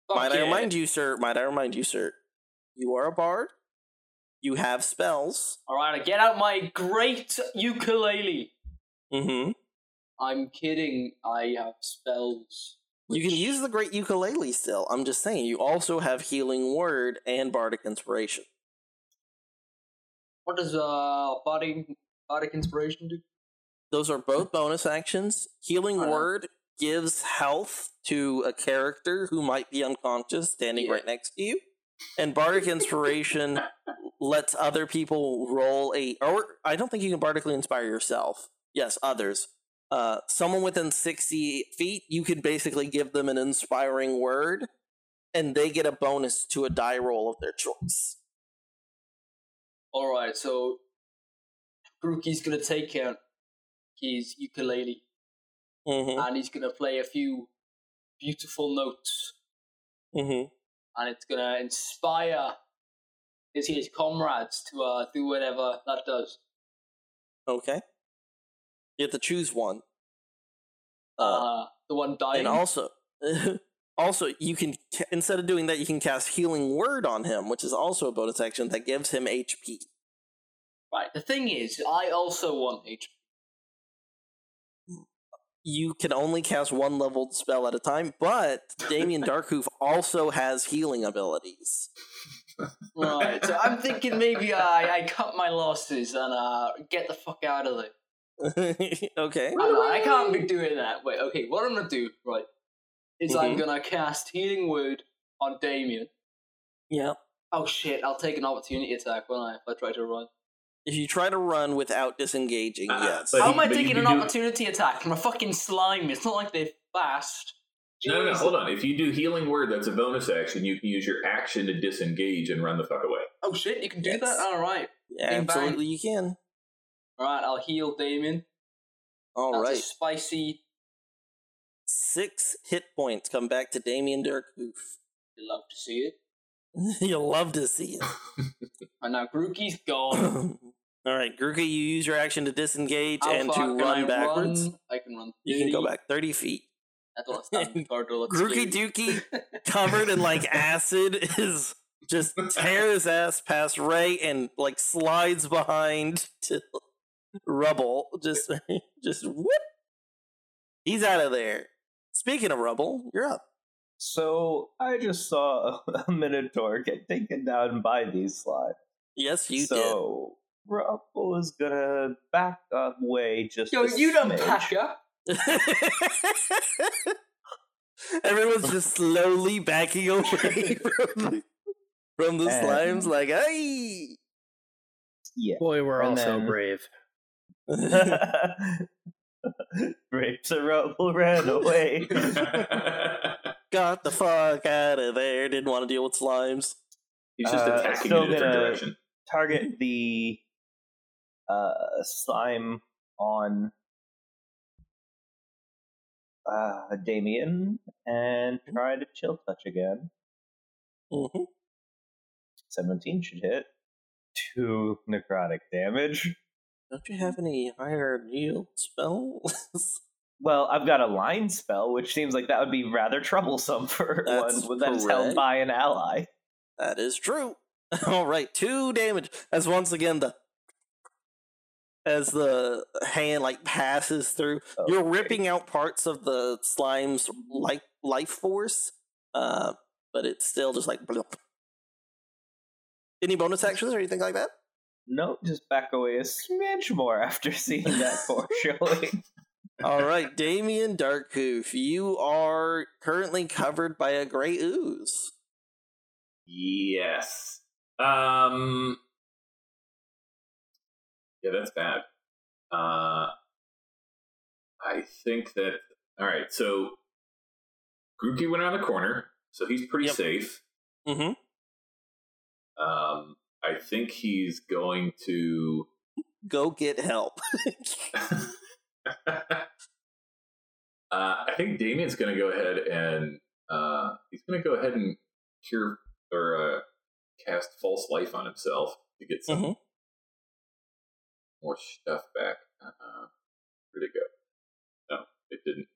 Speaker 6: Fuck
Speaker 2: might I
Speaker 6: yeah.
Speaker 2: remind you, sir? Might I remind you, sir? You are a bard. You have spells.
Speaker 6: All right, I get out my great ukulele.
Speaker 2: Mm-hmm.
Speaker 6: I'm kidding. I have spells.
Speaker 2: You can use the great ukulele still. I'm just saying, you also have healing word and bardic inspiration.
Speaker 6: What does uh body bardic inspiration do?
Speaker 2: Those are both bonus actions. Healing
Speaker 6: I know.
Speaker 2: word gives health to a character who might be unconscious standing
Speaker 6: Yeah.
Speaker 2: right next to you. And bardic inspiration lets other people roll a or I don't think you can bardically inspire yourself. Yes, others. Uh, someone within 60 feet, you can basically give them an inspiring word and they get a bonus to a die roll of their choice.
Speaker 6: All right, so Grookey's gonna take out his ukulele
Speaker 2: Mm-hmm,
Speaker 6: and he's gonna play a few beautiful notes,
Speaker 2: mm-hmm,
Speaker 6: and it's gonna inspire his, his comrades to uh do whatever that does.
Speaker 2: okay. You have to choose one. Uh,
Speaker 6: Uh, the one dying.
Speaker 2: and also [laughs] also you can ca- instead of doing that you can cast healing word on him which is also a bonus action that gives him hp
Speaker 6: Right. The thing is, I also want [laughs] HP.
Speaker 2: you can only cast one leveled spell at a time but damien darkhoof also has healing abilities [laughs]
Speaker 6: Right. So I'm thinking maybe I, I cut my losses and uh get the fuck out of there.
Speaker 2: okay
Speaker 6: I, know, I can't be doing that. Wait, okay, what I'm gonna do, right, is I'm
Speaker 2: Mhm.
Speaker 6: gonna cast Healing Word on Damien.
Speaker 2: yeah
Speaker 6: Oh shit, I'll take an opportunity attack, won't I, if I try to run?
Speaker 2: if you try to run without disengaging
Speaker 3: Uh-uh,
Speaker 2: yes
Speaker 3: But
Speaker 6: How
Speaker 3: you-
Speaker 6: am I
Speaker 3: but you
Speaker 6: taking
Speaker 3: can
Speaker 6: an
Speaker 3: do-
Speaker 6: opportunity attack from a fucking slime? It's not like they're fast.
Speaker 3: No, no, no.
Speaker 6: Jeez.
Speaker 3: Hold on. If you do healing word, that's a bonus action. You can use your action to disengage and run the fuck away. [laughs]
Speaker 6: Oh shit, you can do
Speaker 2: Yes.
Speaker 6: that? Alright.
Speaker 2: Yeah,
Speaker 6: bing bang.
Speaker 2: absolutely you can
Speaker 6: Alright, I'll heal Damien.
Speaker 2: all
Speaker 6: That's
Speaker 2: right
Speaker 6: a spicy
Speaker 2: six hit points come back to damien darkhoof
Speaker 6: you love to see it.
Speaker 2: [laughs] you'll love to see it
Speaker 6: And now Grookey's
Speaker 2: [coughs]
Speaker 6: gone.
Speaker 2: All right, Gurka, you use your action to disengage
Speaker 6: How
Speaker 2: and to
Speaker 6: far can
Speaker 2: run
Speaker 6: I
Speaker 2: backwards.
Speaker 6: Run? I can run.
Speaker 2: You can go
Speaker 6: 30.
Speaker 2: back 30 feet.
Speaker 6: I
Speaker 2: [laughs]
Speaker 6: don't stand further, let's
Speaker 2: Grookey
Speaker 6: see. [laughs]
Speaker 2: Dookie, covered in like acid, is just tears ass past Ray and like slides behind to rubble. Just, [laughs] just whoop. He's out of there. Speaking of rubble, you're up.
Speaker 7: [laughs] So I just saw a, a minotaur get taken down by these slimes.
Speaker 2: Yes, you did.
Speaker 7: so Ruffle is gonna back up way just.
Speaker 6: Yo,
Speaker 7: a
Speaker 6: you don't
Speaker 7: smidge.
Speaker 6: back up.
Speaker 2: [laughs] Everyone's just slowly backing away [laughs] from the, from the
Speaker 7: And-
Speaker 2: slimes, like, hey!
Speaker 7: Yeah.
Speaker 4: [laughs] Boy, we're all
Speaker 7: And
Speaker 4: so
Speaker 7: then-
Speaker 4: brave.
Speaker 7: [laughs] Rapes a Ruffle ran away.
Speaker 2: Got the fuck out of there. Didn't want to deal with slimes.
Speaker 3: He's just
Speaker 7: Uh,
Speaker 3: attacking
Speaker 7: so
Speaker 3: in a different
Speaker 7: gonna-
Speaker 3: direction.
Speaker 7: Target the uh, slime on uh, Damien and try to chill touch again.
Speaker 2: hmm
Speaker 7: 17 should hit. Two necrotic damage.
Speaker 2: Don't you have any higher yield spells? [laughs]
Speaker 7: Well, I've got a line spell, which seems like that would be rather troublesome for
Speaker 2: That's
Speaker 7: one that is held
Speaker 2: correct.
Speaker 7: by an ally.
Speaker 2: that is true. [laughs] All right, two damage. As once again, the as the hand like passes through, you're
Speaker 7: Okay.
Speaker 2: ripping out parts of the slime's life life force, uh, but it's still just like. blip. Any bonus actions or anything like that?
Speaker 7: No, just back away a smidge more after [laughs] seeing that
Speaker 2: [laughs]
Speaker 7: foreshadowing.
Speaker 2: All right, [laughs] Damien Darkhoof, you are currently covered by a gray ooze.
Speaker 3: Yes. Um. Yeah, that's bad. Uh, I think that. All right, so Grookey went around the corner, so he's pretty
Speaker 2: Yep.
Speaker 3: safe.
Speaker 2: Mm-hmm.
Speaker 3: Um, I think he's going to.
Speaker 2: Go get help. [laughs]
Speaker 3: uh, I think Damien's going to go ahead and uh, he's going to go ahead and cure or uh, cast false life on himself to get some
Speaker 2: Mhm.
Speaker 3: more stuff back. Uh, where'd it go? No, it didn't.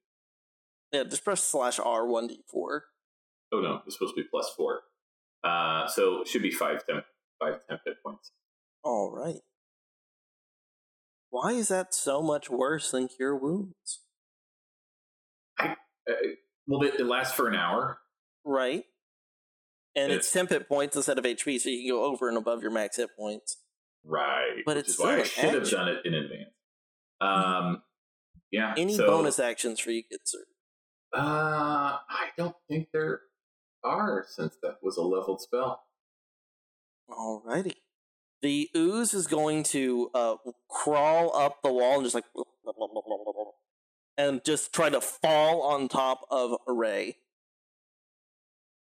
Speaker 2: yeah, just press slash R one D four.
Speaker 3: Oh no, it's supposed to be plus four. Uh, so it should be five temp, five temp hit points.
Speaker 2: All right. Why is that so much worse than cure wounds?
Speaker 3: Uh, well, it, it lasts for an hour.
Speaker 2: Right. And
Speaker 3: Yeah.
Speaker 2: it's temp hit points instead of HP, so you can go over and above your max hit points.
Speaker 3: Right.
Speaker 2: But
Speaker 3: which
Speaker 2: it's
Speaker 3: is why I
Speaker 2: still
Speaker 3: should
Speaker 2: an
Speaker 3: have
Speaker 2: action.
Speaker 3: done it in advance. Um, yeah.
Speaker 2: Any
Speaker 3: so,
Speaker 2: bonus actions for you, good sir?
Speaker 3: Uh, I don't think there are since that was a leveled spell.
Speaker 2: Alrighty. The ooze is going to uh, crawl up the wall and just like [laughs] and just try to fall on top of Ray.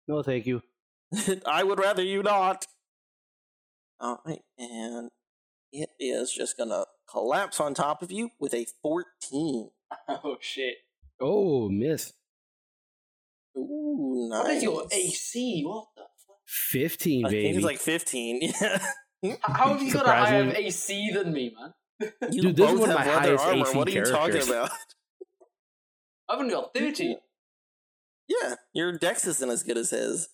Speaker 4: No, thank you.
Speaker 2: [laughs] I would rather you not. Alright, and it is just gonna collapse on top of you with a 14.
Speaker 6: [laughs] Oh shit.
Speaker 4: Oh, miss.
Speaker 2: Ooh, nice.
Speaker 6: What is your AC? What the fuck?
Speaker 4: 15,
Speaker 2: I
Speaker 4: baby.
Speaker 2: think it's like 15. [laughs] Yeah.
Speaker 6: How have you got a higher
Speaker 4: Surprisingly-
Speaker 6: AC than me, man?
Speaker 2: You
Speaker 4: Dude, this is
Speaker 2: both
Speaker 4: one of
Speaker 2: have
Speaker 4: my
Speaker 2: leather
Speaker 4: highest
Speaker 2: armor.
Speaker 4: AC
Speaker 2: what are you
Speaker 4: characters.
Speaker 2: talking about?
Speaker 6: I've only got 30.
Speaker 2: Yeah, your dex isn't as good as his.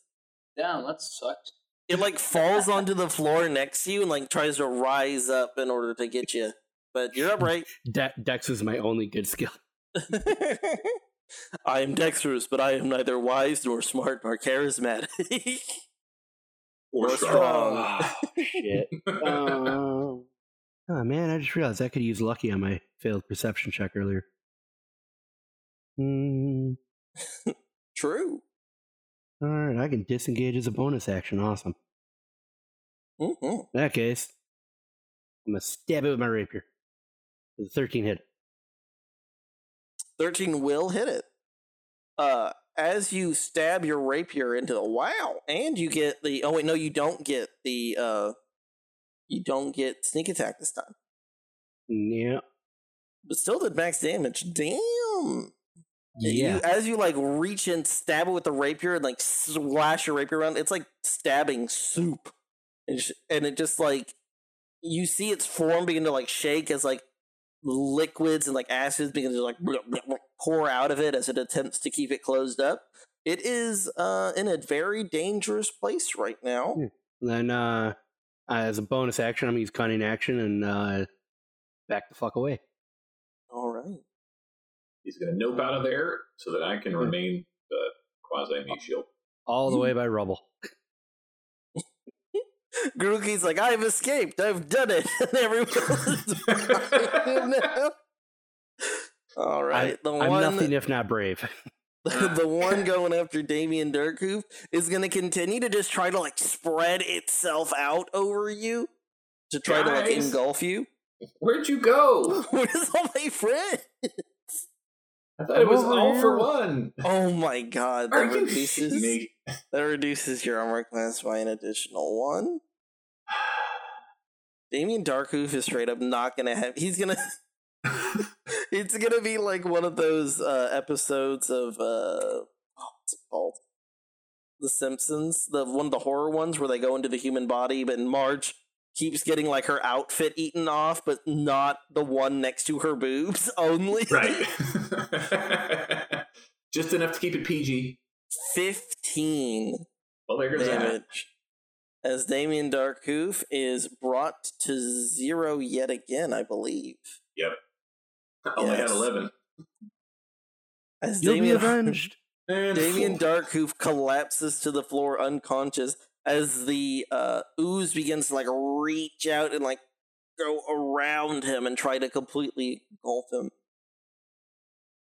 Speaker 6: Damn, that sucks.
Speaker 2: It like falls onto the floor next to you and like tries to rise up in order to get you. But you're upright. [laughs]
Speaker 4: De- Dex is my only good skill.
Speaker 2: I am dexterous, but I am neither wise nor smart nor charismatic. [laughs]
Speaker 3: Or
Speaker 2: What's
Speaker 3: strong. Uh.
Speaker 2: wrong?
Speaker 4: Shit.
Speaker 2: [laughs]
Speaker 4: oh man, I just realized I could use lucky on my failed perception check earlier. Hmm.
Speaker 2: True.
Speaker 4: all right, I can disengage as a bonus action. Awesome.
Speaker 2: hmm
Speaker 4: In that case, I'm gonna stab it with my rapier. With a 13 hit.
Speaker 2: 13 will hit it. Uh, as you stab your rapier into the wow, and you get the oh wait, no, you don't get the uh, you don't get sneak attack this time,
Speaker 4: Yeah.
Speaker 2: but still did max damage. Damn.
Speaker 4: Yeah.
Speaker 2: You, as you like reach and stab it with the rapier and like slash your rapier around, it's like stabbing soup, and, sh- and it just like you see its form begin to like shake as like liquids and like acids begin to like pour out of it as it attempts to keep it closed up. It is uh, in a very dangerous place right now.
Speaker 4: Yeah. Then, uh, as a bonus action, I'm gonna use cunning action and uh, back the fuck away.
Speaker 2: All right.
Speaker 3: [laughs] He's going to nope out of there so that I can
Speaker 2: Hmm.
Speaker 3: remain
Speaker 2: Oh.
Speaker 3: the quasi me shield.
Speaker 4: All the way by rubble.
Speaker 2: Grookey's like, I've escaped. I've done it. [laughs] And
Speaker 4: [laughs]
Speaker 2: everyone's All right. the
Speaker 4: I'm
Speaker 2: one
Speaker 4: nothing if not brave.
Speaker 3: [laughs]
Speaker 2: the one going after Damien Dirkhoof is going to continue to just try to like spread itself out over you to try to like
Speaker 3: Guys.
Speaker 2: engulf you. [laughs]
Speaker 3: Where'd
Speaker 2: [gasps]
Speaker 3: you go?
Speaker 2: Where's all my
Speaker 3: [laughs]
Speaker 2: friends?
Speaker 3: I thought it was
Speaker 4: Over
Speaker 3: all for
Speaker 4: here.
Speaker 3: one.
Speaker 2: Oh my god,
Speaker 3: Are
Speaker 2: that
Speaker 3: you
Speaker 2: reduces
Speaker 3: shitting me?
Speaker 2: that reduces your armor class by an additional one. [sighs] Damien Darkhoof is straight up not gonna have he's gonna
Speaker 3: [laughs]
Speaker 2: It's gonna be like one of those uh episodes of uh what's it called? The Simpsons, the one of the horror ones where they go into the human body, but Marge keeps getting like her outfit eaten off, but not the one next to her boobs [laughs] only.
Speaker 3: Right. [laughs] Just enough to keep it PG.
Speaker 2: Fifteen.
Speaker 3: Well, there goes that.
Speaker 2: damage as Damien Darkhoof is brought to zero yet again, I believe.
Speaker 3: Oh, I only had
Speaker 2: Yes.
Speaker 3: 11.
Speaker 2: As
Speaker 4: You'll be
Speaker 2: [laughs] Damien,
Speaker 4: avenged.
Speaker 3: And
Speaker 2: Damien
Speaker 3: four.
Speaker 2: Darkhoof collapses to the floor unconscious as the uh, ooze begins to like reach out and like go around him and try to completely engulf him.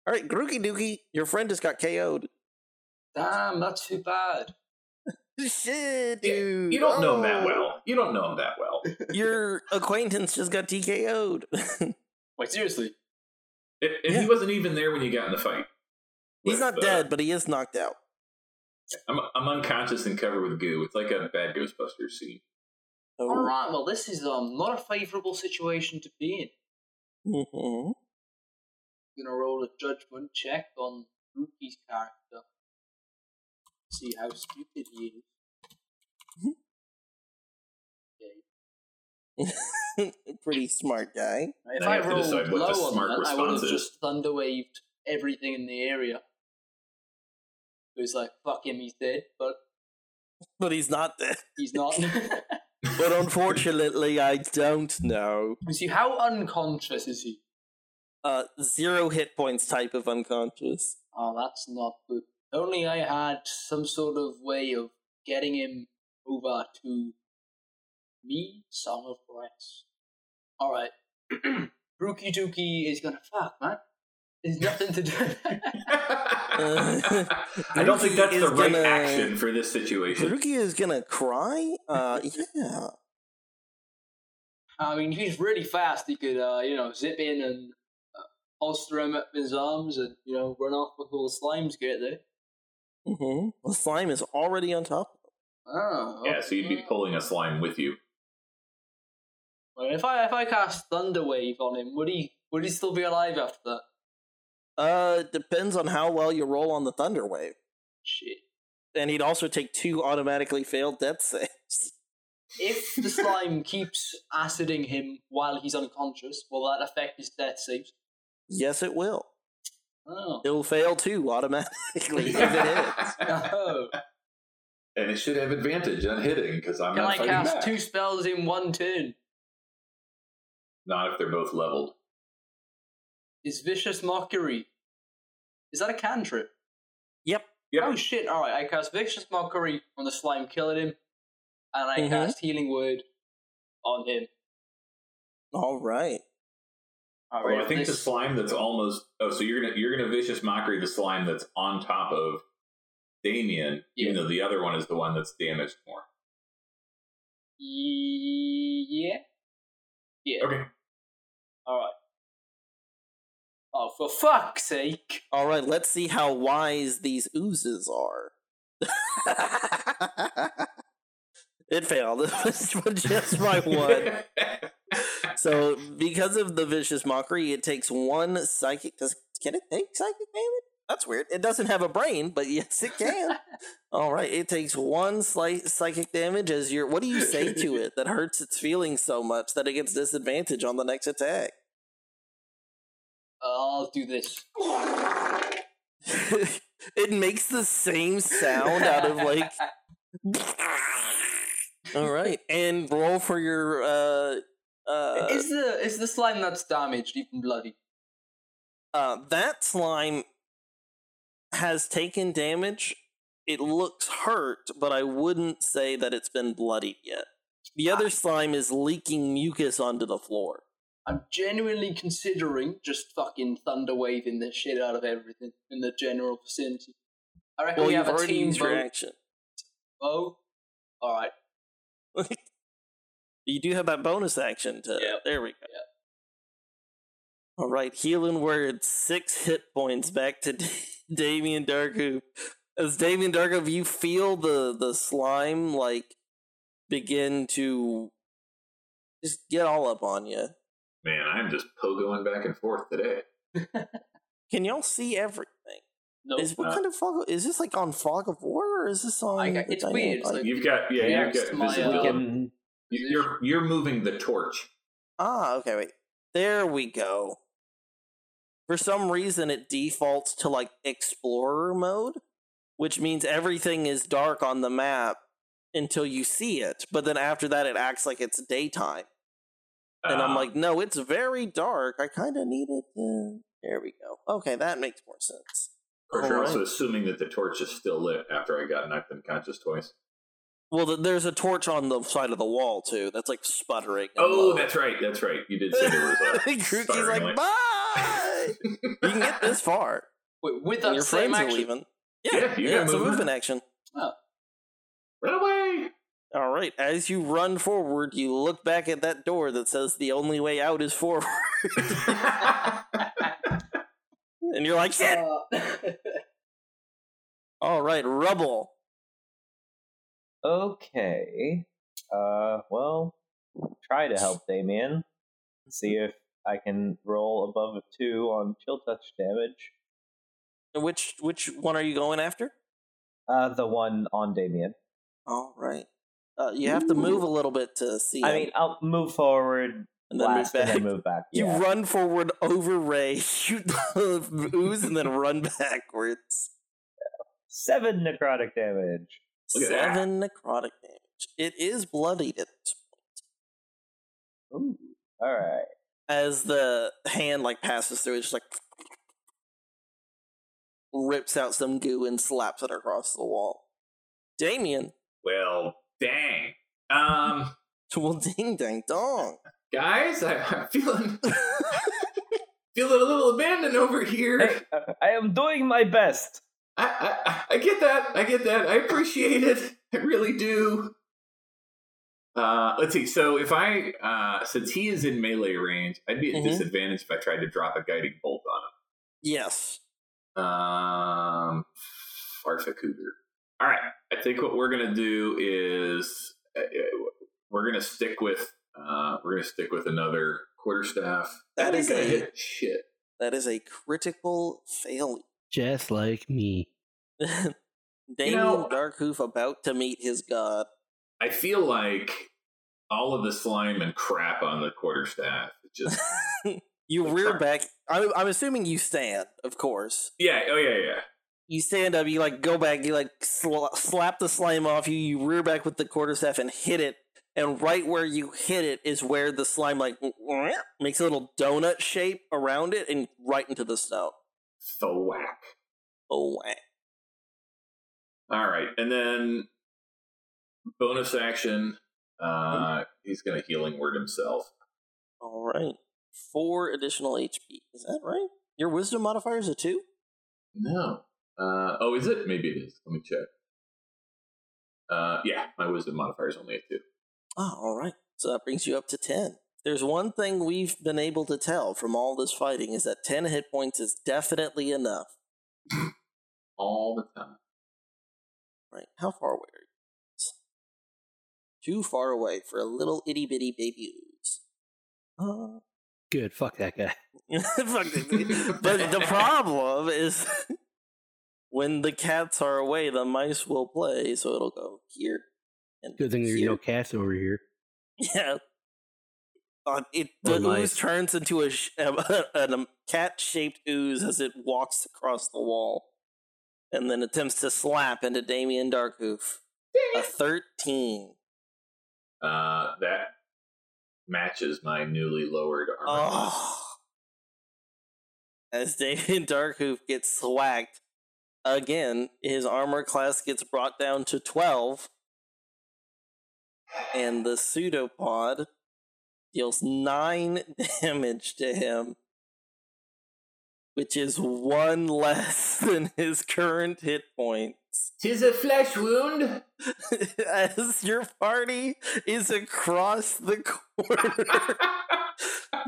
Speaker 2: All right, Grooky Dookie, your friend just got KO'd.
Speaker 6: Damn, not too bad.
Speaker 2: Shit,
Speaker 3: Yeah,
Speaker 2: dude.
Speaker 3: You don't know him
Speaker 2: Oh.
Speaker 3: that well. You don't know him that well.
Speaker 2: [laughs] Your acquaintance just got TKO'd.
Speaker 6: Wait, seriously?
Speaker 3: And, and
Speaker 2: Yeah.
Speaker 3: he wasn't even there when you got in the fight.
Speaker 2: [laughs] He's
Speaker 3: But,
Speaker 2: not
Speaker 3: uh,
Speaker 2: dead, but he is knocked out.
Speaker 3: I'm, I'm unconscious and covered with goo. It's like a bad Ghostbusters scene.
Speaker 6: All
Speaker 2: Oh.
Speaker 6: right, well, this is um not a favourable situation to be in.
Speaker 2: Mhm.
Speaker 6: gonna roll a judgment check on Rookie's character. See how stupid he is.
Speaker 2: Pretty smart guy.
Speaker 6: If
Speaker 3: Now
Speaker 6: I,
Speaker 3: you have to
Speaker 6: rolled
Speaker 3: decide what the
Speaker 6: low on
Speaker 3: smart
Speaker 6: that, I would
Speaker 3: response
Speaker 6: have
Speaker 3: is.
Speaker 6: just thunderwaved everything in the area. It was like, fuck him, he's dead, but
Speaker 2: But he's not dead.
Speaker 6: he's not. [laughs]
Speaker 2: But
Speaker 3: [laughs]
Speaker 2: unfortunately, I don't know.
Speaker 6: See, how unconscious is he?
Speaker 2: Uh, zero hit points type of unconscious.
Speaker 6: Oh, that's not good. Only I had some sort of way of getting him over to me, Song of Grace. [clears throat] Alright. Rookie Dookie is gonna fuck, man. There's nothing to do. [laughs]
Speaker 2: [laughs]
Speaker 3: I don't think that's
Speaker 2: Grookey
Speaker 3: the
Speaker 2: uh, is
Speaker 3: right
Speaker 2: gonna-
Speaker 3: action for this situation.
Speaker 2: Haruki is gonna cry? [laughs] Uh, yeah.
Speaker 6: I mean, he's really fast. He could, uh, you know, zip in and uh, holster him up his arms and, you know, run off before the slimes get there.
Speaker 2: hmm The slime is already on top.
Speaker 6: Oh.
Speaker 3: Yeah, so you'd be
Speaker 6: okay.
Speaker 3: pulling a slime with
Speaker 2: [laughs]
Speaker 3: you.
Speaker 6: Well, if I if I cast Thunderwave on him, would he would he still be alive after that?
Speaker 2: Uh, depends on how well you roll on the thunder wave.
Speaker 6: Shit.
Speaker 2: And he'd also take two automatically failed death saves. [laughs]
Speaker 6: If the slime keeps aciding him while he's unconscious, will that affect his death saves?
Speaker 2: Yes, it will.
Speaker 6: Oh.
Speaker 2: It'll fail too [laughs] automatically. if [laughs] it is.
Speaker 3: [laughs] and
Speaker 6: Oh.
Speaker 3: it should have advantage on hitting because I'm
Speaker 6: Can
Speaker 3: not
Speaker 6: I
Speaker 3: fighting
Speaker 6: cast
Speaker 3: back.
Speaker 6: two spells in one turn?
Speaker 3: Not if they're both leveled.
Speaker 6: Is Vicious Mockery. Is that a cantrip?
Speaker 2: Yep.
Speaker 3: Yep.
Speaker 6: Oh shit, alright, I cast Vicious Mockery on the slime killing him, and I
Speaker 2: Mhm.
Speaker 6: cast Healing Word on him.
Speaker 2: All right.
Speaker 6: Alright,
Speaker 3: Well, I think the
Speaker 6: this-
Speaker 3: slime that's almost oh, so you're gonna you're gonna vicious mockery the slime that's on top of Damien, even
Speaker 6: Yeah.
Speaker 3: though the other one is the one that's damaged more.
Speaker 6: Yeah. Yeah.
Speaker 3: Okay.
Speaker 6: Alright. Oh, for fuck's sake!
Speaker 2: All right, let's see how wise these oozes [laughs] are. it failed. [laughs] It was just by one. So, because of the vicious mockery, it takes one psychic. Does can it take psychic damage? That's weird. It doesn't have a brain, but yes, it can. All right, it takes one slight psychic damage as your. What do you say to it that hurts its feelings so much that it gets disadvantage on the next attack? [laughs]
Speaker 6: I'll do this.
Speaker 2: it makes the same sound out of like all right and roll for your uh uh,
Speaker 6: is the is the slime that's damaged even bloody?
Speaker 2: uh that slime has taken damage it looks hurt but i wouldn't say that it's been bloodied yet The other slime is leaking mucus onto the floor.
Speaker 6: I'm genuinely considering just fucking thunder waving the shit out of everything in the general vicinity. I reckon
Speaker 2: Well,
Speaker 6: we
Speaker 2: you've
Speaker 6: have a
Speaker 2: already
Speaker 6: team
Speaker 2: used your
Speaker 6: vote.
Speaker 2: action.
Speaker 6: vote. All right. [laughs]
Speaker 2: You do have that bonus action to.
Speaker 6: Yeah.
Speaker 2: There we go. All right, healing word six hit points back to [laughs] Damien Darku. As Damien Darku, you feel the the slime like begin to just get all up on you.
Speaker 3: [laughs] Man, I'm just pogoing back and forth today.
Speaker 2: Can y'all see everything?
Speaker 6: No,
Speaker 2: Is what
Speaker 3: Uh,
Speaker 2: kind of fog? Is this like on fog of war, or is this on?
Speaker 6: I-
Speaker 2: the
Speaker 6: it's
Speaker 2: dynam-
Speaker 6: weird, it's
Speaker 2: like-
Speaker 6: like-
Speaker 3: You've got yeah,
Speaker 6: Yeah,
Speaker 3: you've got
Speaker 6: it's my, uh,
Speaker 3: visibility.
Speaker 7: Can-
Speaker 3: You- You're you're moving the torch.
Speaker 2: Ah, okay, wait. There we go. For some reason, it defaults to like explorer mode, which means everything is dark on the map until you see it. But then after that, it acts like it's daytime. And I'm
Speaker 3: Uh,
Speaker 2: like, no, it's very dark. I kind of need it. To... There we go. Okay, that makes more sense.
Speaker 3: of course, you're also
Speaker 2: alright.
Speaker 3: assuming that the torch is still lit after I got knocked unconscious twice.
Speaker 2: Well, th- there's a torch on the side of the wall, too. That's like sputtering. and
Speaker 3: Oh,
Speaker 2: low.
Speaker 3: that's right, that's right. You did say
Speaker 2: [laughs]
Speaker 3: there was uh, a
Speaker 2: Kruki's
Speaker 3: stuttering
Speaker 2: like,
Speaker 3: light.
Speaker 2: bye! you can get this far.
Speaker 6: Wait, with
Speaker 2: and
Speaker 6: that
Speaker 2: your
Speaker 6: same
Speaker 2: friends are
Speaker 6: action.
Speaker 2: leaving. Yeah,
Speaker 3: Yeah, you got
Speaker 2: it's a
Speaker 3: movement.
Speaker 2: movement action.
Speaker 3: [laughs] Run
Speaker 2: [laughs]
Speaker 3: away! [laughs]
Speaker 2: All right, as you run forward, you look back at that door that says the only way out is forward, [laughs] and you're like, shit.
Speaker 6: Uh, [laughs]
Speaker 2: All right, rubble.
Speaker 7: Okay. Uh, well, try to help Damien. See if I can roll above a two on chill touch damage.
Speaker 2: Which which one are you going after?
Speaker 7: Uh, the one on Damien.
Speaker 2: All right, uh, you have to move a little bit to see.
Speaker 7: I
Speaker 2: him,
Speaker 7: mean, I'll move forward,
Speaker 2: and then move
Speaker 7: blast, and
Speaker 2: back.
Speaker 7: then move back.
Speaker 2: [laughs] You
Speaker 7: yeah.
Speaker 2: run forward over Ray, [laughs] shoot the ooze, and then run backwards.
Speaker 7: Seven necrotic damage.
Speaker 3: Look at that.
Speaker 2: Seven necrotic damage. It is bloodied at this
Speaker 7: Ooh. All right.
Speaker 2: as the hand like passes through, it just like rips out some goo and slaps it across the wall. Damien, [laughs]
Speaker 3: Well, dang. Um,
Speaker 2: well, ding dang dong.
Speaker 3: guys, I, [laughs] I'm feeling feeling a little abandoned over here.
Speaker 7: Hey, uh, I am doing my best.
Speaker 3: I, I I get that. I get that. I appreciate it. I really do. Uh, let's see. So if I, uh, since he is in melee range, I'd be at
Speaker 2: Mhm.
Speaker 3: disadvantage if I tried to drop a guiding bolt
Speaker 2: yes.
Speaker 3: on him. Um, Arfa Cougar. All right. I think what we're gonna do is uh, we're gonna stick with uh, we're gonna stick with another quarterstaff.
Speaker 2: That
Speaker 3: I
Speaker 2: is
Speaker 3: think I
Speaker 2: a-
Speaker 3: hit shit.
Speaker 2: That is a critical failure. [laughs]
Speaker 4: Just like me.
Speaker 2: Damien
Speaker 3: know-
Speaker 2: Darkhoof about to meet his god. [laughs]
Speaker 3: I feel like all of the slime and crap on the quarterstaff is just
Speaker 2: [laughs] You
Speaker 3: The
Speaker 2: rear
Speaker 3: cur-
Speaker 2: back. I'm, I'm assuming you stand, of course.
Speaker 3: Yeah. Oh, yeah, yeah.
Speaker 2: You stand up. You like go back. You like sla- slap the slime off you. You rear back with the quarterstaff and hit it. And right where you hit it is where the slime like makes a little donut shape around it and right into the snow.
Speaker 3: Thwack.
Speaker 2: Oh, whack.
Speaker 3: All right, and then bonus action.
Speaker 2: Mm-hmm.
Speaker 3: Uh, he's gonna healing word himself.
Speaker 2: all right. Four additional HP. Is that right? Your wisdom modifier is a two.
Speaker 3: No. Uh, oh, is it? Maybe it is. Let me check. Uh, yeah, my wisdom modifier is only a two.
Speaker 2: Ah, all right. So that brings you up to ten. There's one thing we've been able to tell from all this fighting is that ten hit points is definitely enough.
Speaker 3: All the time.
Speaker 2: Right. How far away are you? Too far away for a little itty bitty baby ooze. Uh,
Speaker 4: Good. Fuck that guy.
Speaker 2: [laughs] fuck
Speaker 4: [laughs]
Speaker 2: it. but the problem is [laughs] when the cats are away, the mice will play, so it'll go here. And
Speaker 4: Good thing there's
Speaker 2: here. [laughs]
Speaker 4: no cats over here.
Speaker 2: Yeah. Uh, it,
Speaker 4: Or
Speaker 2: the ooze
Speaker 4: mice.
Speaker 2: turns into a, sh- [laughs] a, cat shaped ooze as it walks across the wall and then attempts to slap into Damien Darkhoof. A 13.
Speaker 3: Uh, that matches my newly lowered armor.
Speaker 2: Oh. As David [laughs] Darkhoof gets swacked again, his armor class gets brought down to 12. and the pseudopod deals nine [laughs] damage to him, which is one less [laughs] than his current hit points.
Speaker 3: Tis a flesh wound.
Speaker 2: [laughs] As your party is across the [laughs] corner,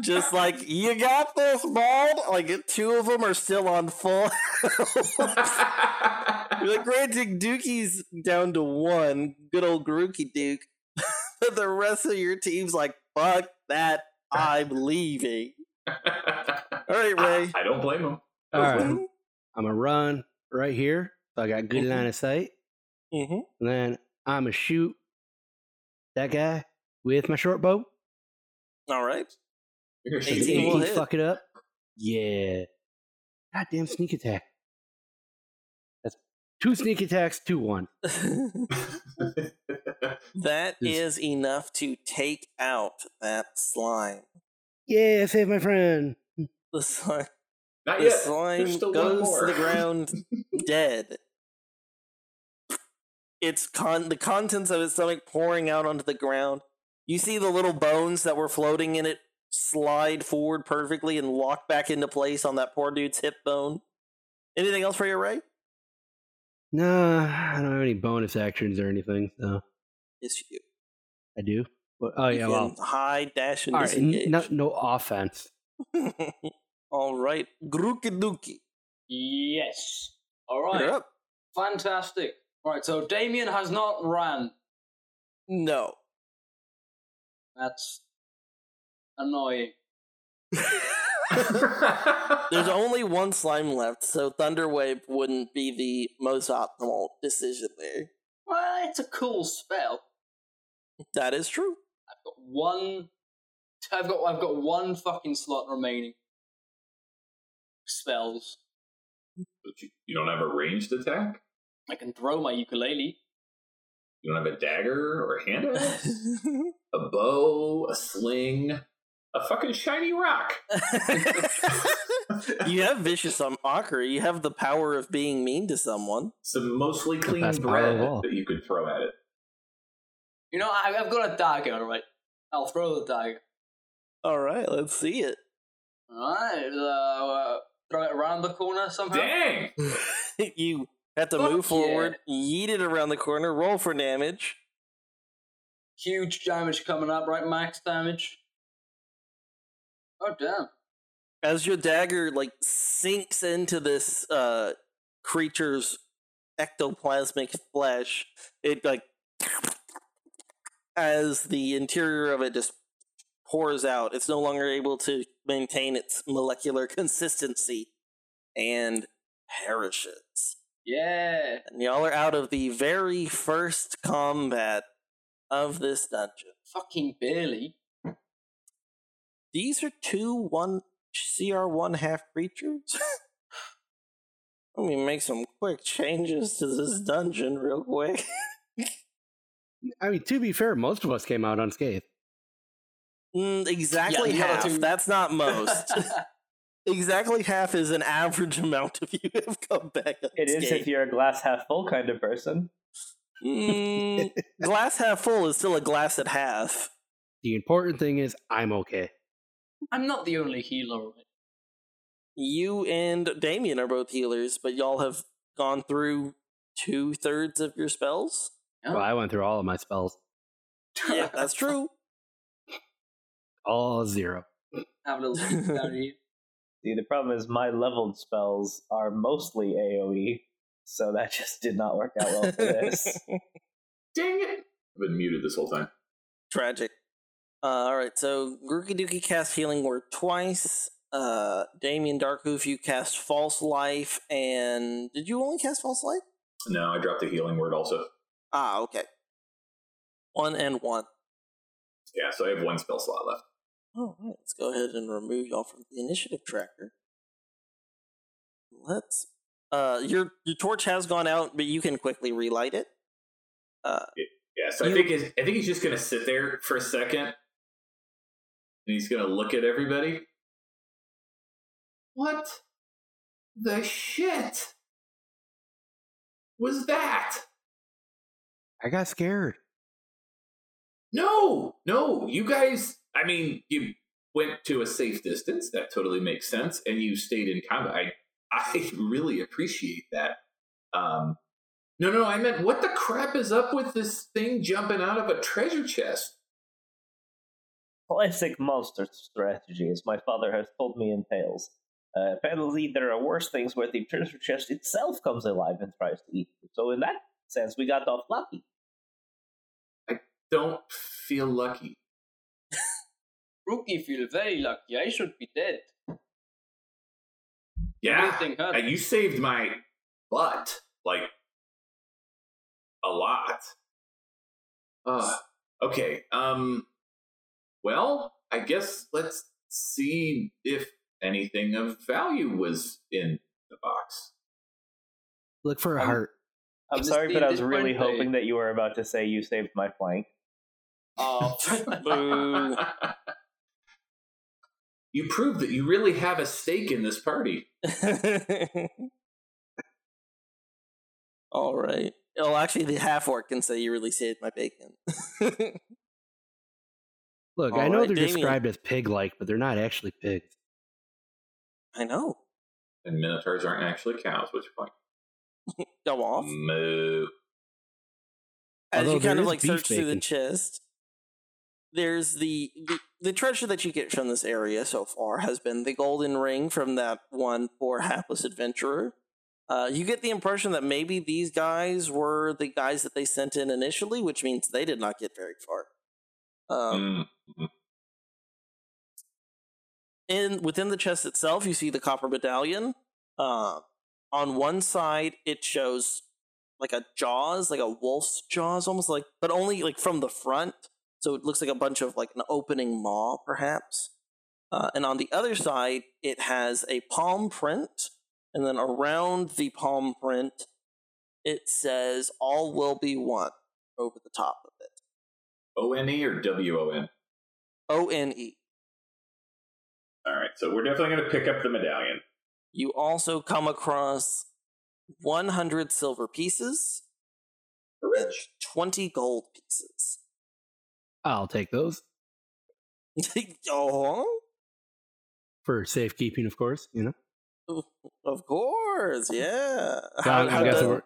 Speaker 2: just like you got this, bald. Like two of them are still on full. [laughs] You're like, granted, Dookie's down to one, good old Grookey Duke. [laughs] But the rest of your team's like, fuck that, I'm leaving. All right, Ray.
Speaker 3: [laughs] I don't blame him.
Speaker 4: Ah, All right.
Speaker 2: Mm-hmm.
Speaker 4: I'm gonna run right here. So I got good
Speaker 2: Mhm.
Speaker 4: line of sight.
Speaker 2: Mm-hmm.
Speaker 4: And then I'm gonna shoot that guy with my short bow.
Speaker 2: All right.
Speaker 3: You're gonna shoot
Speaker 2: 18
Speaker 3: me.
Speaker 2: will hit.
Speaker 4: fuck it up. Yeah. Goddamn sneak attack. That's two sneak attacks, two one.
Speaker 2: [laughs] that
Speaker 4: Is-
Speaker 2: is enough to take out that slime.
Speaker 4: Yeah, save my friend.
Speaker 2: The slime,
Speaker 3: [laughs] Not
Speaker 2: the
Speaker 3: yet. [laughs]
Speaker 2: slime
Speaker 3: There's still one
Speaker 2: goes
Speaker 3: more. [laughs]
Speaker 2: to the ground dead. It's con the contents of its stomach pouring out onto the ground. You see the little bones that were floating in it slide forward perfectly and lock back into place on that poor dude's hip bone. Anything else for you, Ray?
Speaker 4: Nah, I don't have any bonus actions or anything, so
Speaker 2: Yes, you. do.
Speaker 4: I do. But, oh
Speaker 2: You
Speaker 4: yeah, well,
Speaker 2: can hide, dash, and
Speaker 4: all right. n-
Speaker 2: disengage.
Speaker 4: No, no offense.
Speaker 2: [laughs] All right, Grookidookie,
Speaker 6: Yes. All right.
Speaker 2: you're up.
Speaker 6: Fantastic. All right. So Damien has not ran.
Speaker 2: No.
Speaker 6: That's annoying.
Speaker 2: There's only one slime left, so Thunderwave wouldn't be the most optimal decision there.
Speaker 6: Well, it's a cool spell.
Speaker 2: That is
Speaker 6: [laughs]
Speaker 2: true. [laughs]
Speaker 6: I've got one. I've got. I've got one fucking slot remaining. Spells.
Speaker 3: But you, you don't have a ranged attack.
Speaker 6: I can throw my ukulele.
Speaker 3: You don't have a dagger or a hand axe, a bow, a sling, a fucking shiny rock.
Speaker 2: you have vicious um, ochre. You have the power of being mean to someone.
Speaker 3: Some mostly clean
Speaker 4: best part of
Speaker 3: bread
Speaker 4: all.
Speaker 3: that you could throw at it.
Speaker 6: You know, I, I've got a dagger. All right. I'll throw the dagger.
Speaker 2: All right, let's see it. [laughs]
Speaker 6: All right. Uh, uh, throw it around the corner somehow.
Speaker 3: Dang!
Speaker 2: you have to
Speaker 6: Fuck
Speaker 2: move
Speaker 6: yeah.
Speaker 2: forward, yeet it around the corner, roll for damage.
Speaker 6: Huge damage coming up, right? Max damage. Oh damn!
Speaker 2: as your dagger like sinks into this uh creature's ectoplasmic flesh it like as the interior of it just pours out it's no longer able to maintain its molecular consistency and perishes
Speaker 6: Yeah.
Speaker 2: and y'all are out of the very first combat of this dungeon
Speaker 6: Fucking barely.
Speaker 2: these are two one CR one half creatures. [laughs] Let me make some quick changes to this dungeon real quick. [laughs]
Speaker 4: I mean, to be fair, most of us came out unscathed.
Speaker 2: Mm, exactly
Speaker 6: the other
Speaker 2: half.
Speaker 6: two-
Speaker 2: That's
Speaker 7: [laughs]
Speaker 2: not most. exactly half is an average amount of you [laughs] have come back.
Speaker 7: It is if you're a glass half full kind of person.
Speaker 2: mm,
Speaker 7: [laughs]
Speaker 2: glass half full is still a glass at half.
Speaker 4: The important thing is I'm okay.
Speaker 6: [laughs] I'm not the only healer. all right?
Speaker 2: You and Damien are both healers, but y'all have gone through two thirds of your spells.
Speaker 6: Yeah.
Speaker 4: Well, I went through all of my spells,
Speaker 2: Yeah,
Speaker 7: [laughs]
Speaker 2: that's true.
Speaker 4: all zero.
Speaker 6: [laughs] Have a little peek down here.
Speaker 7: See, the problem is my leveled spells are mostly AoE, so that [laughs] just did not work out well for
Speaker 2: [laughs]
Speaker 7: this.
Speaker 3: Dang it! I've been muted this whole time.
Speaker 2: Tragic. Uh, all right, so Grookey Dookie cast Healing Word twice. Uh, Damien Darkhoof, you cast False Life, and did you only cast False Life?
Speaker 3: No, I dropped a healing word also.
Speaker 2: Ah, okay. One and one.
Speaker 3: Yeah, so I have one spell slot left.
Speaker 2: All right, let's go ahead and remove y'all from the initiative tracker. Let's. Uh, your your torch has gone out, but you can quickly relight it. Uh,
Speaker 3: Yeah, so
Speaker 2: You-
Speaker 3: I think it's, I think he's just gonna sit there for a second, and he's gonna look at everybody. What the shit was that?
Speaker 4: I got scared.
Speaker 3: No, no, you guys. I mean, you went to a safe distance. That totally makes sense, and you stayed in combat. I, I [laughs] really appreciate that. Um, no, no, I meant what the crap is up with this thing jumping out of a treasure chest?
Speaker 7: Classic monster strategy, as my father has told me in tales. Uh, apparently, there are worse things where the treasure chest itself comes alive and tries to eat you. So, in that sense, we got off lucky.
Speaker 3: Don't feel lucky.
Speaker 6: Rookie feel very lucky. I should be dead.
Speaker 3: Yeah,
Speaker 6: Everything hurt.
Speaker 3: and you saved my butt like a lot. Uh, okay. Um. Well, I guess let's see if anything of value was in the box.
Speaker 4: Look for
Speaker 2: Oh.
Speaker 4: a
Speaker 6: Um,
Speaker 4: heart.
Speaker 7: I'm
Speaker 6: This-
Speaker 7: sorry, but I
Speaker 6: this
Speaker 7: was really
Speaker 6: point, I-
Speaker 7: hoping that you were about to say you saved my flank.
Speaker 2: Oh, [laughs] boo.
Speaker 3: [laughs] you proved that you really have a stake in this party.
Speaker 2: [laughs] All right. Well, actually, the half orc can say you really saved my bacon. [laughs]
Speaker 4: Look, I
Speaker 2: All
Speaker 4: know
Speaker 2: right,
Speaker 4: they're
Speaker 2: Oh, Damien.
Speaker 4: described as pig-like, but they're not actually pigs.
Speaker 2: I know.
Speaker 3: And minotaurs aren't actually cows, which point.
Speaker 2: Go off.
Speaker 3: Moo.
Speaker 2: As
Speaker 4: Mm, Although
Speaker 2: you kind
Speaker 4: there
Speaker 2: of
Speaker 4: is
Speaker 2: like
Speaker 4: beef
Speaker 2: search through the
Speaker 4: bacon.
Speaker 2: chest, there's the, the the treasure that you get from this area so far has been the golden ring from that one poor hapless adventurer. Uh, you get the impression that maybe these guys were the guys that they sent in initially, which means they did not get very far. Um,
Speaker 3: Mm.
Speaker 2: in within the chest itself, you see the copper medallion. Uh, on one side, it shows like a jaws, like a wolf's jaws, almost like, but only like from the front. So it looks like a bunch of like an opening maw, perhaps. Uh, and on the other side, it has a palm print, and then around the palm print, it says "All will be one" over the top of it.
Speaker 3: O N E or W O N?
Speaker 2: O N E.
Speaker 3: All right, so we're definitely going to pick up the medallion.
Speaker 2: You also come across 100 silver pieces, and 20 gold pieces. [laughs]
Speaker 4: I'll take those
Speaker 2: oh,
Speaker 4: for safekeeping, of course. You know,
Speaker 2: of course, yeah.
Speaker 4: John, I'm guessing
Speaker 2: does-
Speaker 4: we're,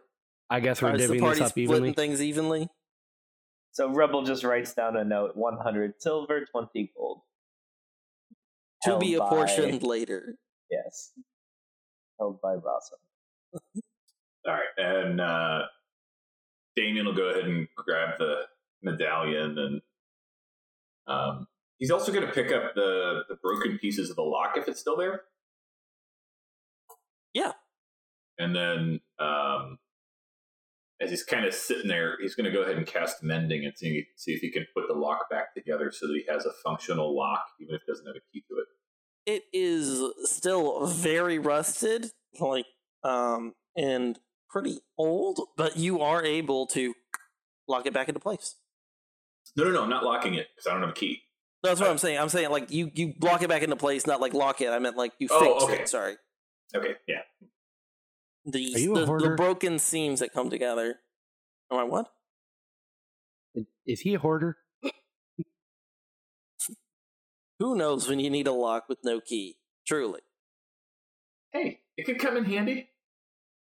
Speaker 4: I guess
Speaker 2: how
Speaker 4: we're
Speaker 2: is the
Speaker 4: divvying
Speaker 2: party
Speaker 4: this up
Speaker 2: splitting
Speaker 4: evenly.
Speaker 2: things evenly?
Speaker 7: So, Rebel just writes down a note 100 silver, 20 gold.
Speaker 2: To
Speaker 7: Held
Speaker 2: be
Speaker 7: by-
Speaker 2: apportioned later.
Speaker 7: Yes. Held by Rossum.
Speaker 3: All right, and uh, Damien will go ahead and grab the medallion, and um, he's also going to pick up the the broken pieces of the lock if it's still there.
Speaker 2: Yeah.
Speaker 3: and then um, as he's kind of sitting there, he's going to go ahead and cast mending and see see if he can put the lock back together so that he has a functional lock, even if it doesn't have a key to it.
Speaker 2: It is still very rusted, like, um, and pretty old, but you are able to lock it back into place.
Speaker 3: No, no, no, not locking it because I don't have a key.
Speaker 2: That's what I'm saying. I'm saying like you you block it back into place, not like lock it. I meant like you fix
Speaker 3: Oh, okay.
Speaker 2: it. Sorry.
Speaker 3: Okay, yeah.
Speaker 2: The,
Speaker 4: Are you a
Speaker 2: the, the
Speaker 4: hoarder?
Speaker 2: broken seams that come together. Am I what?
Speaker 4: Is he a hoarder?
Speaker 2: Who knows when you need a lock with no key? Truly.
Speaker 3: Hey, it could come in handy.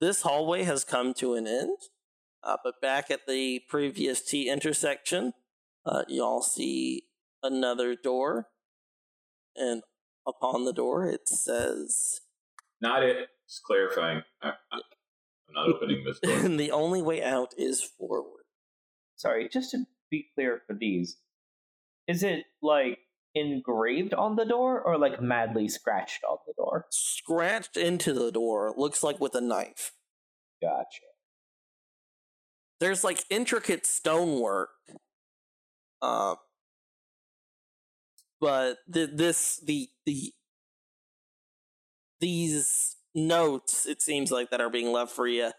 Speaker 2: This hallway has come to an end, uh, but back at the previous T intersection, uh, y'all see another door. And upon the door, it says, [laughs]
Speaker 3: Not it. Just clarifying. I, I, I'm not opening
Speaker 2: [laughs]
Speaker 3: this door.
Speaker 2: and the only way out is forward.
Speaker 7: Sorry, just to be clear for these, is it like engraved on the door or like madly scratched on the door?
Speaker 2: Scratched into the door, looks like with a knife.
Speaker 7: Gotcha.
Speaker 2: there's like intricate stonework. Uh, but th- this the the these notes it seems like that are being left for you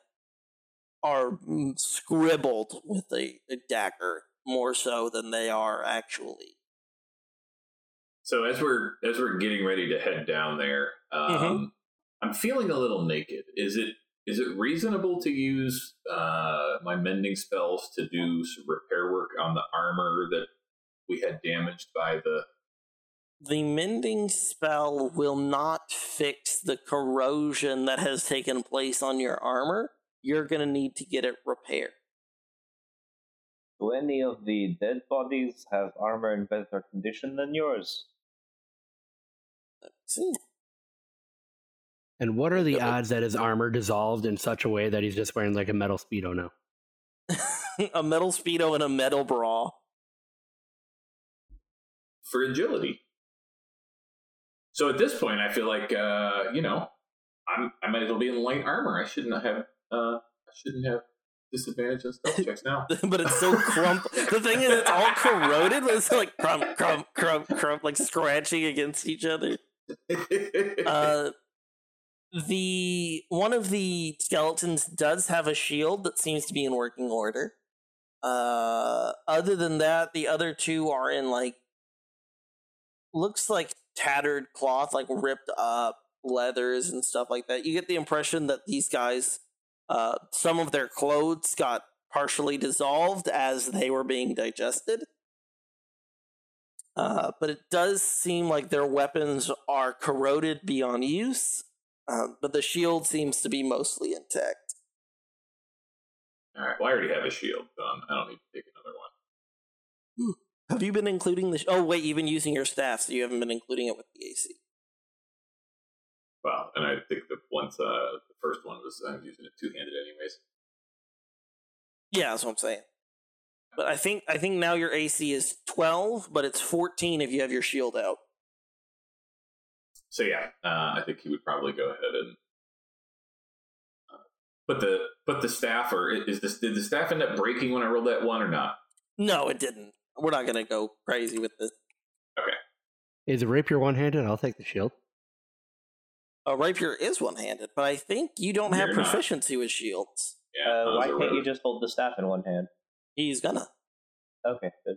Speaker 2: are mm, scribbled with a, a dagger more so than they are actually.
Speaker 3: so as we're as we're getting ready to head down there, um, I'm feeling a little naked. Is it is it reasonable to use uh, my mending spells to do some repair work on the armor that we had damaged by the.
Speaker 2: The mending spell will not fix the corrosion that has taken place on your armor. You're going to need to get it repaired.
Speaker 7: Do any of the dead bodies have armor in better condition than yours?
Speaker 2: See?
Speaker 4: And what are the
Speaker 2: Okay.
Speaker 4: odds that his armor dissolved in such a way that he's just wearing like a metal speedo now?
Speaker 2: [laughs] a metal speedo and a metal bra. [laughs]
Speaker 3: for agility. So at this point, I feel like uh, you know, I'm I might as well be in light armor. I shouldn't have uh, I shouldn't have disadvantage on stealth checks now.
Speaker 2: but it's so crump. the thing is, it's all corroded, but it's like crump, crump, crump, crump, like scratching against each other. Uh, the one of the skeletons does have a shield that seems to be in working order. Uh, other than that, the other two are in like looks like tattered cloth, like ripped up leathers and stuff like that. You get the impression that these guys, uh, some of their clothes got partially dissolved as they were being digested. Uh, but it does seem like their weapons are corroded beyond use, um, but the shield seems to be mostly intact.
Speaker 3: All right. Well, I already have a shield, so I'm- I don't need to take another one.
Speaker 2: Have you been including the? Sh- oh wait, you've been using your staff, so you haven't been including it with the AC.
Speaker 3: Well, and I think that once uh, the first one was, I was using it two handed anyways.
Speaker 2: Yeah, that's what I'm saying. But I think I think now your AC is 12, but it's 14 if you have your shield out.
Speaker 3: So yeah, uh, I think he would probably go ahead and. uh, Put the put the staff or i- is this did the staff end up breaking when I rolled that one or not?
Speaker 2: No, it didn't. We're not gonna go crazy with this.
Speaker 4: Is a rapier one handed? I'll take the shield.
Speaker 2: A rapier is one-handed, but I think you don't have
Speaker 3: You're not.
Speaker 2: proficiency with shields.
Speaker 3: Yeah,
Speaker 7: Uh,
Speaker 3: those
Speaker 7: why
Speaker 3: are
Speaker 7: can't you
Speaker 3: rare.
Speaker 7: just hold the staff in one hand?
Speaker 2: He's gonna. [laughs]
Speaker 7: Okay, good.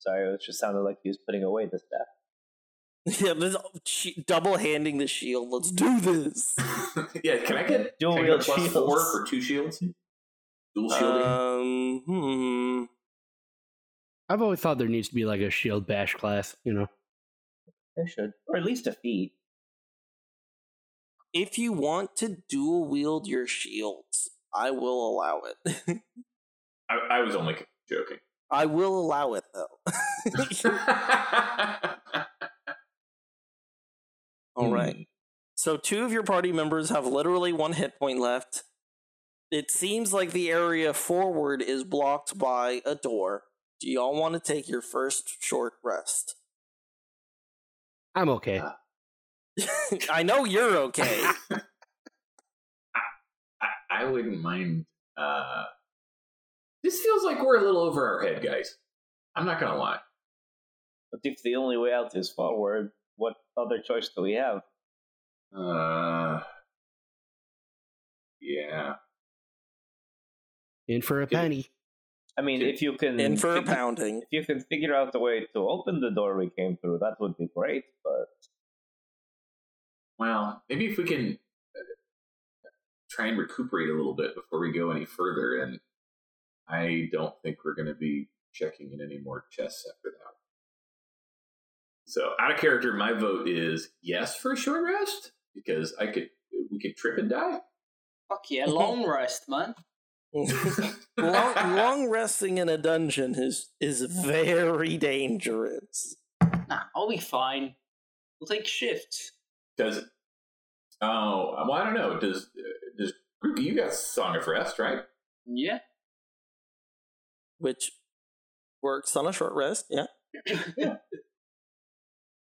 Speaker 7: Sorry, it just sounded like he was putting away the staff.
Speaker 2: Yeah, this, sh- double handing the shield. Let's do this.
Speaker 3: [laughs] yeah, can I get
Speaker 7: Dual
Speaker 3: can I
Speaker 7: wield
Speaker 3: get a plus
Speaker 7: shields. Uh,
Speaker 3: four for two shields? Dual shielding.
Speaker 2: Um, hmm.
Speaker 4: I've always thought there needs to be like a shield bash class, you know.
Speaker 7: They should, or at least a feat.
Speaker 2: If you want to dual wield your shields, I will allow it. [laughs]
Speaker 3: I, I was only
Speaker 7: [laughs]
Speaker 3: joking. [laughs]
Speaker 2: I will allow it though. All right. So two of your party members have literally one hit point left. It seems like the area forward is blocked by a door. Do y'all want to take your first short rest? [laughs]
Speaker 4: I'm okay.
Speaker 3: Uh,
Speaker 2: I know you're okay.
Speaker 3: I, I wouldn't mind. Uh, this feels like we're a little over our head, guys. I'm not gonna lie.
Speaker 7: But if the only way out is forward, what other choice do we have?
Speaker 3: Uh, yeah.
Speaker 4: In for a
Speaker 3: Get it.
Speaker 4: penny.
Speaker 7: I mean,
Speaker 3: Two.
Speaker 7: if you can [laughs]
Speaker 2: In for a
Speaker 7: figure-
Speaker 2: pounding.
Speaker 7: if you can figure out a way to open the door we came through, that would be great. But
Speaker 3: Well, maybe if we can uh, try and recuperate a little bit before we go any further, and I don't think we're going to be checking in any more chests after that. So, out of character, my vote is yes for a short rest because I could we could trip and die.
Speaker 6: Fuck yeah, long rest, man.
Speaker 2: long, long resting in a dungeon is is very dangerous.
Speaker 6: Nah, I'll be fine. We'll take shifts.
Speaker 3: Does oh well, I don't know. Does does Grookey, you got Song of Rest right? [laughs]
Speaker 6: Yeah.
Speaker 2: which works on a short rest.
Speaker 6: [laughs]
Speaker 2: Yeah.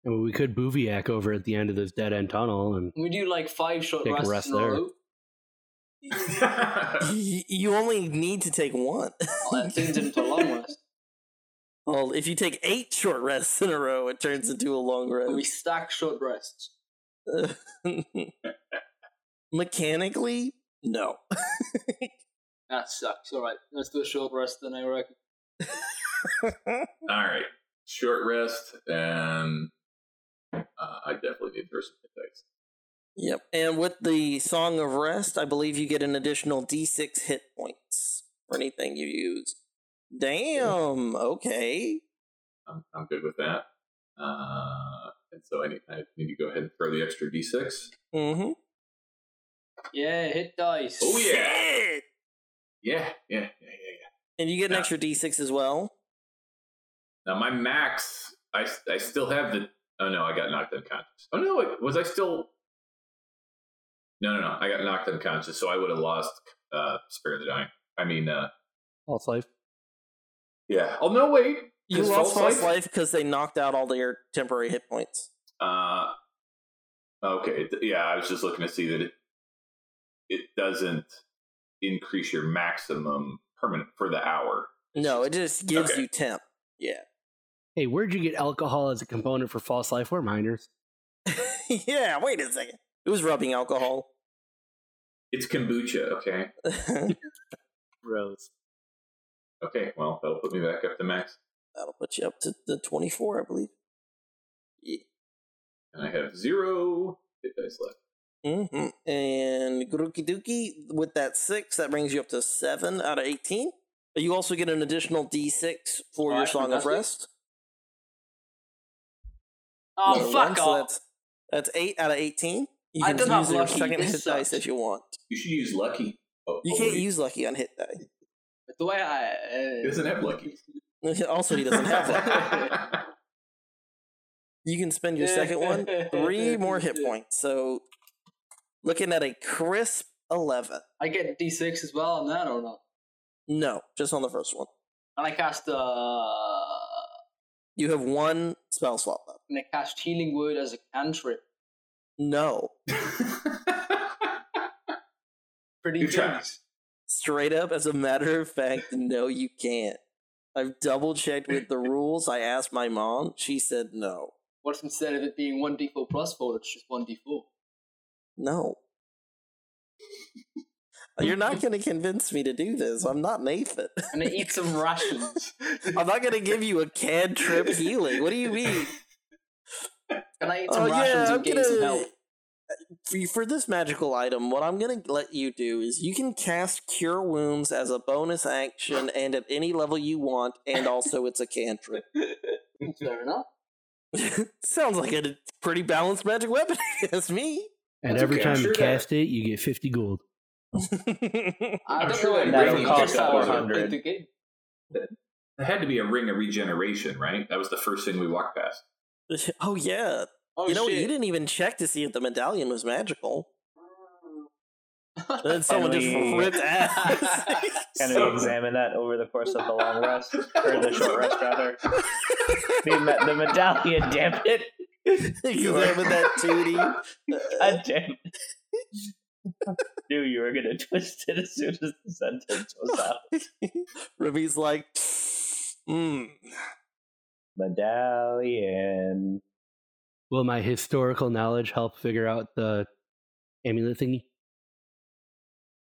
Speaker 4: I mean, we could booviac over at the end of this dead end tunnel and
Speaker 6: We do like five short
Speaker 4: Take a
Speaker 6: rests
Speaker 4: rest
Speaker 6: in a
Speaker 4: there.
Speaker 6: row.
Speaker 2: Y- you only need to take one.
Speaker 6: Well, that turns into a long rest.
Speaker 2: [laughs] well, if you take eight short rests in a row, it turns into a long
Speaker 6: But we
Speaker 2: rest.
Speaker 6: stack short rests.
Speaker 2: [laughs] Mechanically, no. [laughs]
Speaker 6: That sucks. All right, let's do a short rest then. I reckon.
Speaker 3: All right, short rest, and uh, I definitely need to throw some hit dice.
Speaker 2: Yep. And with the Song of Rest, I believe you get an additional D6 hit points for anything you use. Damn. Okay.
Speaker 3: I'm, I'm good with that. Uh, and so I need, I need to go ahead and throw the extra d6.
Speaker 2: Mm-hmm.
Speaker 6: Yeah, hit dice.
Speaker 3: Oh, yeah.
Speaker 2: Shit!
Speaker 3: Yeah, yeah, yeah, yeah, yeah.
Speaker 2: And you get an
Speaker 3: Yeah.
Speaker 2: extra d6 as well.
Speaker 3: Now my max, I, I still have the. Oh no, I got knocked unconscious. Oh no, wait, was I still? No, no, no. I got knocked unconscious, so I would have lost uh, Spirit of the Dying. I mean, uh,
Speaker 4: False life.
Speaker 3: yeah. Oh no, wait.
Speaker 2: You
Speaker 3: 'Cause
Speaker 2: lost false life because they knocked out all their temporary hit points.
Speaker 3: Uh, okay. th- Yeah, I was just looking to see that it, it doesn't increase your maximum permanent for the hour.
Speaker 2: No, it just gives
Speaker 3: Okay.
Speaker 2: you temp.
Speaker 4: Hey, where'd you get alcohol as a component for false life or minors?
Speaker 2: [laughs] yeah, wait a second. It was rubbing alcohol. [laughs]
Speaker 3: It's kombucha. Okay.
Speaker 2: That'll
Speaker 4: Rose.
Speaker 3: Okay. Well, that'll put me back up to max,
Speaker 2: put you up to the 24, I believe.
Speaker 3: and I have zero hit dice left.
Speaker 2: Mm-hmm. And Grookey Dookie, with that 6, that brings you up to 7 out of 18. You also get an additional d6 for
Speaker 6: Oh,
Speaker 2: your
Speaker 6: that's
Speaker 2: Song of
Speaker 6: fantastic.
Speaker 2: Rest.
Speaker 6: Oh,
Speaker 2: Another one,
Speaker 6: fuck
Speaker 2: so
Speaker 6: off.
Speaker 2: that's, that's 8 out of 18. You
Speaker 6: I
Speaker 2: can
Speaker 6: did not
Speaker 2: use your
Speaker 6: lucky,
Speaker 2: second
Speaker 6: this
Speaker 2: hit dice
Speaker 6: sucks.
Speaker 2: if you want.
Speaker 3: You should use lucky. Oh,
Speaker 2: You
Speaker 3: oh,
Speaker 2: can't
Speaker 3: wait.
Speaker 2: use lucky on hit die.
Speaker 6: Do I. Uh,
Speaker 3: He doesn't have lucky.
Speaker 2: also, [laughs] he doesn't have
Speaker 6: [laughs]
Speaker 2: lucky.
Speaker 3: [laughs]
Speaker 2: You can spend your second one. Three more hit points. So, looking at a crisp 11.
Speaker 6: I get D6 as well on that or not?
Speaker 2: No, just on the first one.
Speaker 6: And I cast uh,
Speaker 2: You have one spell slot left.
Speaker 6: and I cast Healing Word as a cantrip.
Speaker 2: No.
Speaker 6: Pretty
Speaker 3: Good try.
Speaker 6: things.
Speaker 2: Straight up, as a matter of fact, no, you can't. I've double checked with the rules. I asked my mom. She said no.
Speaker 6: What if instead of it being 1d4 plus 4, it's just 1d4?
Speaker 2: No. You're not going to convince me to do this. I'm not Nathan.
Speaker 6: And I eat some rations.
Speaker 2: I'm not going to give you a cantrip healing. What do you mean?
Speaker 6: Can I eat some
Speaker 2: Oh
Speaker 6: rations
Speaker 2: yeah, I'm
Speaker 6: and gain some
Speaker 2: gonna. uh,
Speaker 6: health?
Speaker 2: For- For this magical item, what I'm gonna let you do is you can cast Cure Wounds as a bonus action and at any level you want, and also it's a cantrip.
Speaker 6: Fair enough.
Speaker 2: Sounds like a pretty balanced magic weapon [laughs] against me.
Speaker 4: And
Speaker 3: That's
Speaker 4: every
Speaker 3: okay, I'm
Speaker 4: time you
Speaker 3: sure that-
Speaker 4: cast it, you get 50 gold.
Speaker 6: I
Speaker 3: I'm
Speaker 6: don't
Speaker 3: sure
Speaker 6: know
Speaker 3: that
Speaker 6: if
Speaker 7: really
Speaker 6: that's
Speaker 7: costs
Speaker 6: how I
Speaker 7: 400.
Speaker 6: played the game.
Speaker 3: It had to be a ring of regeneration, right? That was the first thing we walked past.
Speaker 2: oh yeah,
Speaker 6: Oh,
Speaker 2: you know what?
Speaker 6: shit.
Speaker 2: you didn't even check to see if the medallion was magical. Then someone just
Speaker 7: we-
Speaker 2: ripped ass. [laughs]
Speaker 7: Can
Speaker 3: So-
Speaker 7: we examine that over the course of the long rest? Or the short rest, rather? The, me- the medallion, damn it.
Speaker 2: Examine that tootie.
Speaker 6: [laughs]
Speaker 7: God damn it. [laughs] knew you were going to twist it as soon as the sentence was out.
Speaker 2: Remy's like, mm,
Speaker 7: Medallion.
Speaker 4: Will my historical knowledge help figure out the amulet thingy?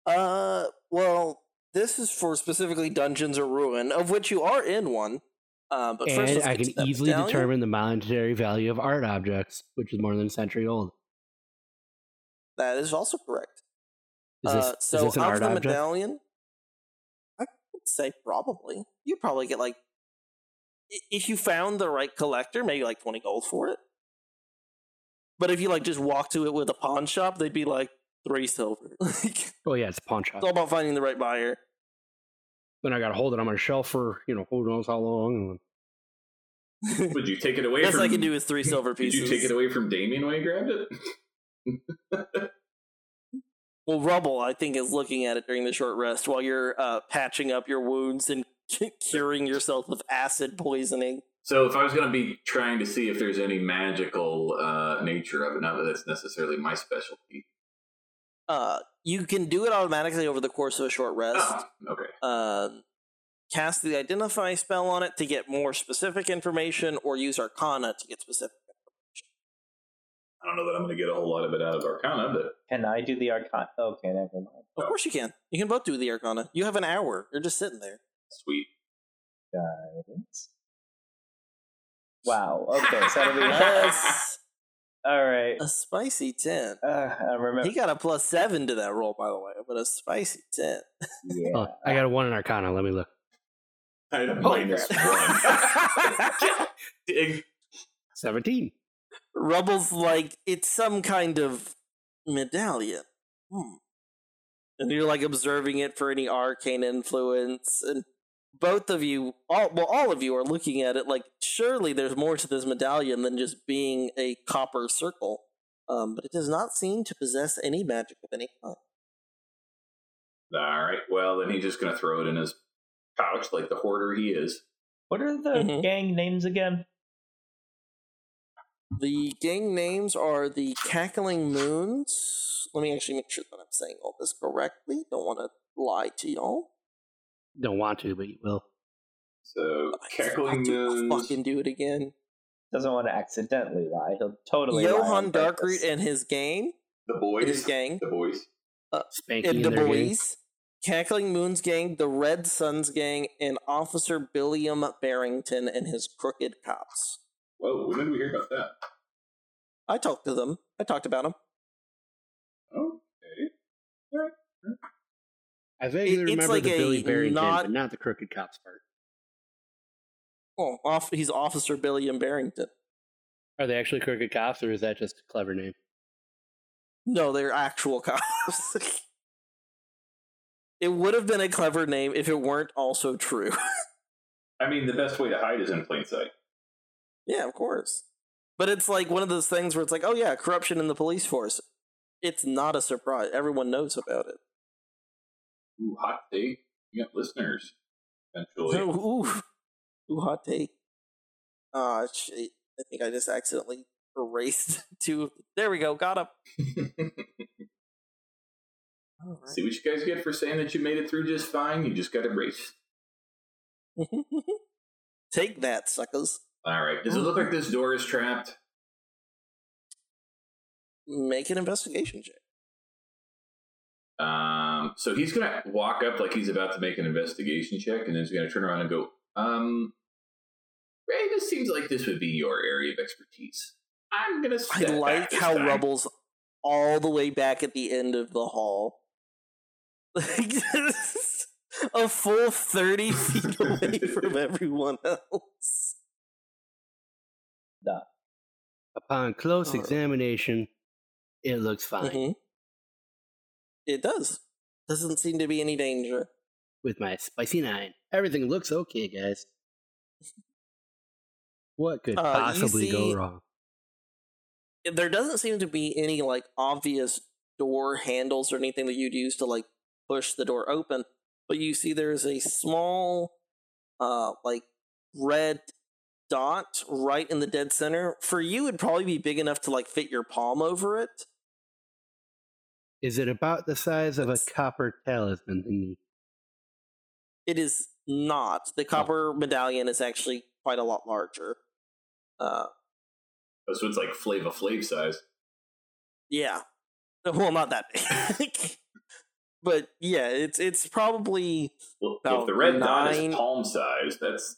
Speaker 2: uh, well, this is for specifically Dungeons or Ruin, of which you are in one. Uh, but first,
Speaker 4: and
Speaker 2: let's
Speaker 4: I
Speaker 2: get to
Speaker 4: can
Speaker 2: that
Speaker 4: easily
Speaker 2: medallion.
Speaker 4: determine the monetary value of art objects, which is more than a century old.
Speaker 2: that is also correct.
Speaker 4: Is this,
Speaker 2: uh,
Speaker 4: is
Speaker 2: so
Speaker 4: this an
Speaker 2: out
Speaker 4: art
Speaker 2: of the
Speaker 4: object?
Speaker 2: medallion, I would say probably you probably get like i- if you found the right collector, maybe like twenty gold for it. But if you like just walk to it with a pawn shop, they'd be like three silver. [laughs] it's
Speaker 4: oh yeah, it's a pawn shop.
Speaker 2: all about finding the right buyer. [laughs]
Speaker 4: then I got to hold it on my shelf for you know who knows how long. and-
Speaker 3: Would you take it away?
Speaker 2: Best
Speaker 3: from,
Speaker 2: I can do is three silver
Speaker 3: Did
Speaker 2: pieces.
Speaker 3: you take it away from Damien when he grabbed it? [laughs]
Speaker 2: Well, Rubble, I think, is looking at it during the short rest while you're uh, patching up your wounds and curing yourself of acid poisoning.
Speaker 3: So if I was going to be trying to see if there's any magical uh, nature of it, not that that's necessarily my specialty.
Speaker 2: Uh, you can do it automatically over the course of a short rest.
Speaker 3: Oh, okay.
Speaker 2: Um, cast the identify spell on it to get more specific information, or use Arcana to get specific.
Speaker 3: I don't know that I'm going to get a whole lot of it out of Arcana, but
Speaker 7: Can I do the arcana? Okay, never mind.
Speaker 2: Of course, you can. You can both do the Arcana. You have an hour. You're just sitting there.
Speaker 3: sweet.
Speaker 7: Guidance. Wow. Okay, so
Speaker 2: [laughs]
Speaker 7: it'll be.
Speaker 2: That's
Speaker 7: All right.
Speaker 2: a spicy ten.
Speaker 7: Uh, I
Speaker 2: He
Speaker 7: remember.
Speaker 2: got a plus seven to that roll, by the way, but a spicy ten.
Speaker 7: Yeah.
Speaker 4: Oh, I got a one in Arcana. Let me look.
Speaker 3: I had a
Speaker 4: Holy
Speaker 3: minus [laughs]
Speaker 2: [laughs]
Speaker 3: one. Dig.
Speaker 4: 17.
Speaker 2: Rubble's like, it's some kind of medallion. Hmm. And you're like observing it for any arcane influence. And both of you, all, well, all of you are looking at it like, surely there's more to this medallion than just being a copper circle. Um, but it does not seem to possess any magic of any kind.
Speaker 3: All right. Well, then he's just gonna throw it in his pouch like the hoarder he is.
Speaker 7: What are the
Speaker 2: Mhm.
Speaker 7: gang names again?
Speaker 2: The gang names are the Cackling Moons. Let me actually make sure that I'm saying all this correctly. Don't want to lie to y'all.
Speaker 4: Don't want to, but you will.
Speaker 3: So
Speaker 2: I'll
Speaker 3: cackling
Speaker 2: do- I'll
Speaker 3: moons.
Speaker 2: fucking do it again.
Speaker 7: Doesn't want to accidentally lie. He'll totally lie
Speaker 2: Johan
Speaker 7: on purpose.
Speaker 2: Darkroot and his gang,
Speaker 3: The
Speaker 2: his
Speaker 3: boys.
Speaker 2: gang,
Speaker 3: The boys.
Speaker 4: Spanky
Speaker 2: and
Speaker 4: and
Speaker 2: the
Speaker 4: their gang.
Speaker 2: boys, Cackling Moon's gang, the Red Sun's gang, and Officer Billiam Barrington and his crooked cops.
Speaker 3: Whoa! When did we hear about that?
Speaker 2: I talked to them. I talked about them.
Speaker 3: Oh, Okay.
Speaker 4: I vaguely
Speaker 2: It- it's
Speaker 4: remember
Speaker 2: like
Speaker 4: the
Speaker 2: a
Speaker 4: Billy Barrington,
Speaker 2: not-
Speaker 4: but not the crooked cops part.
Speaker 2: Oh, off, he's Officer Billiam Barrington.
Speaker 4: Are they actually crooked cops, or is that just a clever name?
Speaker 2: No, they're actual [laughs] cops. it would have been a clever name if it weren't also true. [laughs]
Speaker 3: I mean, the best way to hide is in plain sight.
Speaker 2: yeah, of course. But it's like one of those things where it's like, oh yeah, corruption in the police force. It's not a surprise. Everyone knows about it.
Speaker 3: Ooh, hot take. You got listeners. Eventually.
Speaker 2: Ooh, [laughs] ooh, ooh, hot take. Ah, shit. I think I just accidentally erased [laughs] two. There we go. Got him. All
Speaker 3: [laughs] See what you guys get for saying that you made it through just fine. You just got erased.
Speaker 2: right. [laughs] Take that, suckers.
Speaker 3: All right. Does it look like this door is trapped?
Speaker 2: Make an investigation check.
Speaker 3: Um, so he's gonna walk up like he's about to make an investigation check, and then he's gonna turn around and go, um, Ray, this seems like this would be your area of expertise. I'm gonna.
Speaker 2: I
Speaker 3: Step back
Speaker 2: like
Speaker 3: this
Speaker 2: how
Speaker 3: time."
Speaker 2: Rubble's all the way back at the end of the hall. [laughs] Like, a full 30 feet away from everyone else.
Speaker 4: Upon close
Speaker 2: Alright.
Speaker 4: examination, it looks fine.
Speaker 2: Mhm. It does. Doesn't seem to be any danger.
Speaker 4: With my spicy nine, everything looks okay, guys. What could
Speaker 2: Uh, you
Speaker 4: possibly go
Speaker 2: see-
Speaker 4: wrong?
Speaker 2: There doesn't seem to be any like obvious door handles or anything that you'd use to like push the door open. But you see there's a small uh like red dot right in the dead center. For you it'd probably be big enough to like fit your palm over it.
Speaker 4: Is it about the size of a
Speaker 2: It's-
Speaker 4: copper talisman thingy?
Speaker 2: It is not. The copper medallion is actually quite a lot larger. Uh
Speaker 3: Oh, so it's like Flava Flav size.
Speaker 2: Yeah. [laughs] Well, not that big. [laughs] but yeah, it's it's probably
Speaker 3: Well,
Speaker 2: About
Speaker 3: if the red dot
Speaker 2: nine-
Speaker 3: is palm size, that's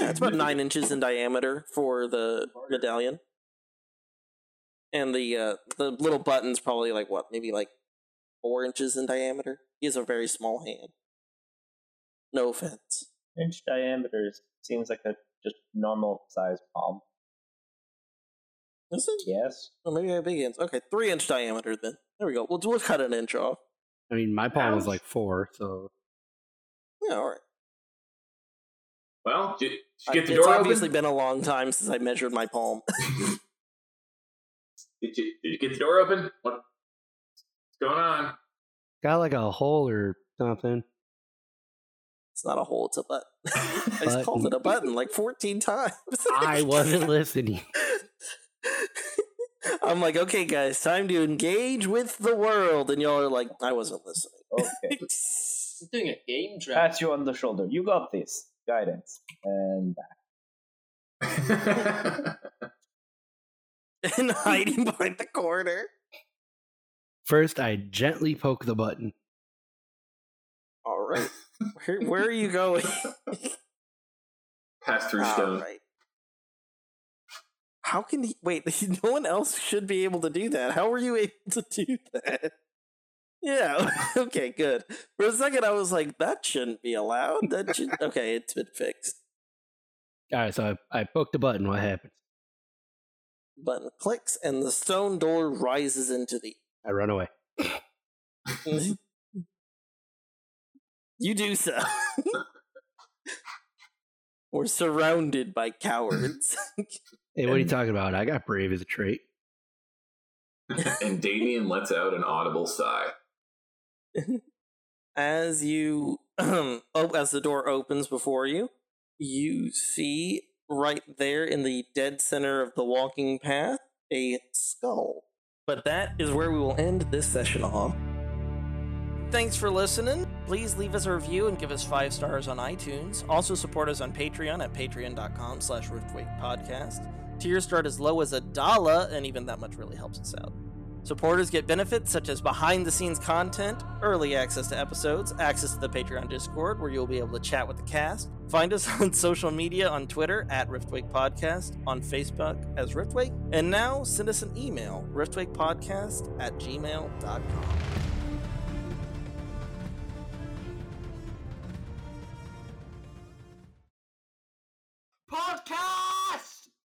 Speaker 2: yeah, it's about nine
Speaker 3: significant.
Speaker 2: inches in diameter for the medallion, and the uh, the little button's probably like what, maybe like four inches in diameter. He has a very small hand. No offense.
Speaker 7: Inch diameter is- seems like a just normal size palm.
Speaker 2: Is it? [laughs]
Speaker 7: Yes.
Speaker 2: Oh, maybe I have big hands. Okay, three inch diameter then. There we go. We'll we'll cut an inch off.
Speaker 4: I mean, my palm is
Speaker 3: Ouch.
Speaker 4: like four, so
Speaker 2: Yeah, all right.
Speaker 3: Well, did, did you
Speaker 2: I-
Speaker 3: get the
Speaker 2: Uh, it's
Speaker 3: door
Speaker 2: obviously
Speaker 3: open?
Speaker 2: been a long time since I measured my palm. [laughs]
Speaker 3: Did you, did you get the door open? What, what's going on? [laughs]
Speaker 4: got like a hole or something.
Speaker 2: It's not a hole, it's a button. [laughs] I
Speaker 4: Button.
Speaker 2: just called it a button like 14 [laughs] times.
Speaker 4: I wasn't [laughs] listening.
Speaker 2: I'm like, okay, guys, time to engage with the world. And y'all are like, I wasn't [laughs] listening.
Speaker 7: Okay.
Speaker 6: [laughs] He's doing a game draft.
Speaker 7: Pat you on the shoulder. You got this. Guidance. And
Speaker 2: and hiding behind the corner.
Speaker 4: First, I gently poke the button.
Speaker 2: All right. Where, where are you [laughs] going?
Speaker 3: Pass through
Speaker 2: All
Speaker 3: stone.
Speaker 2: right. How can [laughs] he? Wait, no one else should be able to do that. How were you able to do that? Yeah. [laughs] Okay. Good. For a second, I was like, "That shouldn't be allowed." That [laughs] should. okay, it's been fixed.
Speaker 4: All right, so I, I poked the button. What happens?
Speaker 2: Button clicks, and the stone door rises into the.
Speaker 4: I run away.
Speaker 2: you do so. [laughs] We're surrounded by cowards. [laughs]
Speaker 4: Hey, what are you
Speaker 3: And-
Speaker 4: talking about? I got brave as a trait.
Speaker 3: [laughs] and Damien lets out an audible sigh.
Speaker 2: as you [clears throat] oh as the door opens before you you see right there in the dead center of the walking path a skull but that is where we will end this session off thanks for listening please leave us a review and give us five stars on itunes also support us on patreon at patreon.com slash riftwake podcast tiers start as low as a dollar and even that much really helps us out Supporters get benefits such as behind the scenes content, early access to episodes, access to the Patreon Discord where you'll be able to chat with the cast. Find us [laughs] on social media on Twitter at Riftwake Podcast, on Facebook as Riftwake, and now send us an email, riftwakepodcast at gmail.com.
Speaker 6: Podcast!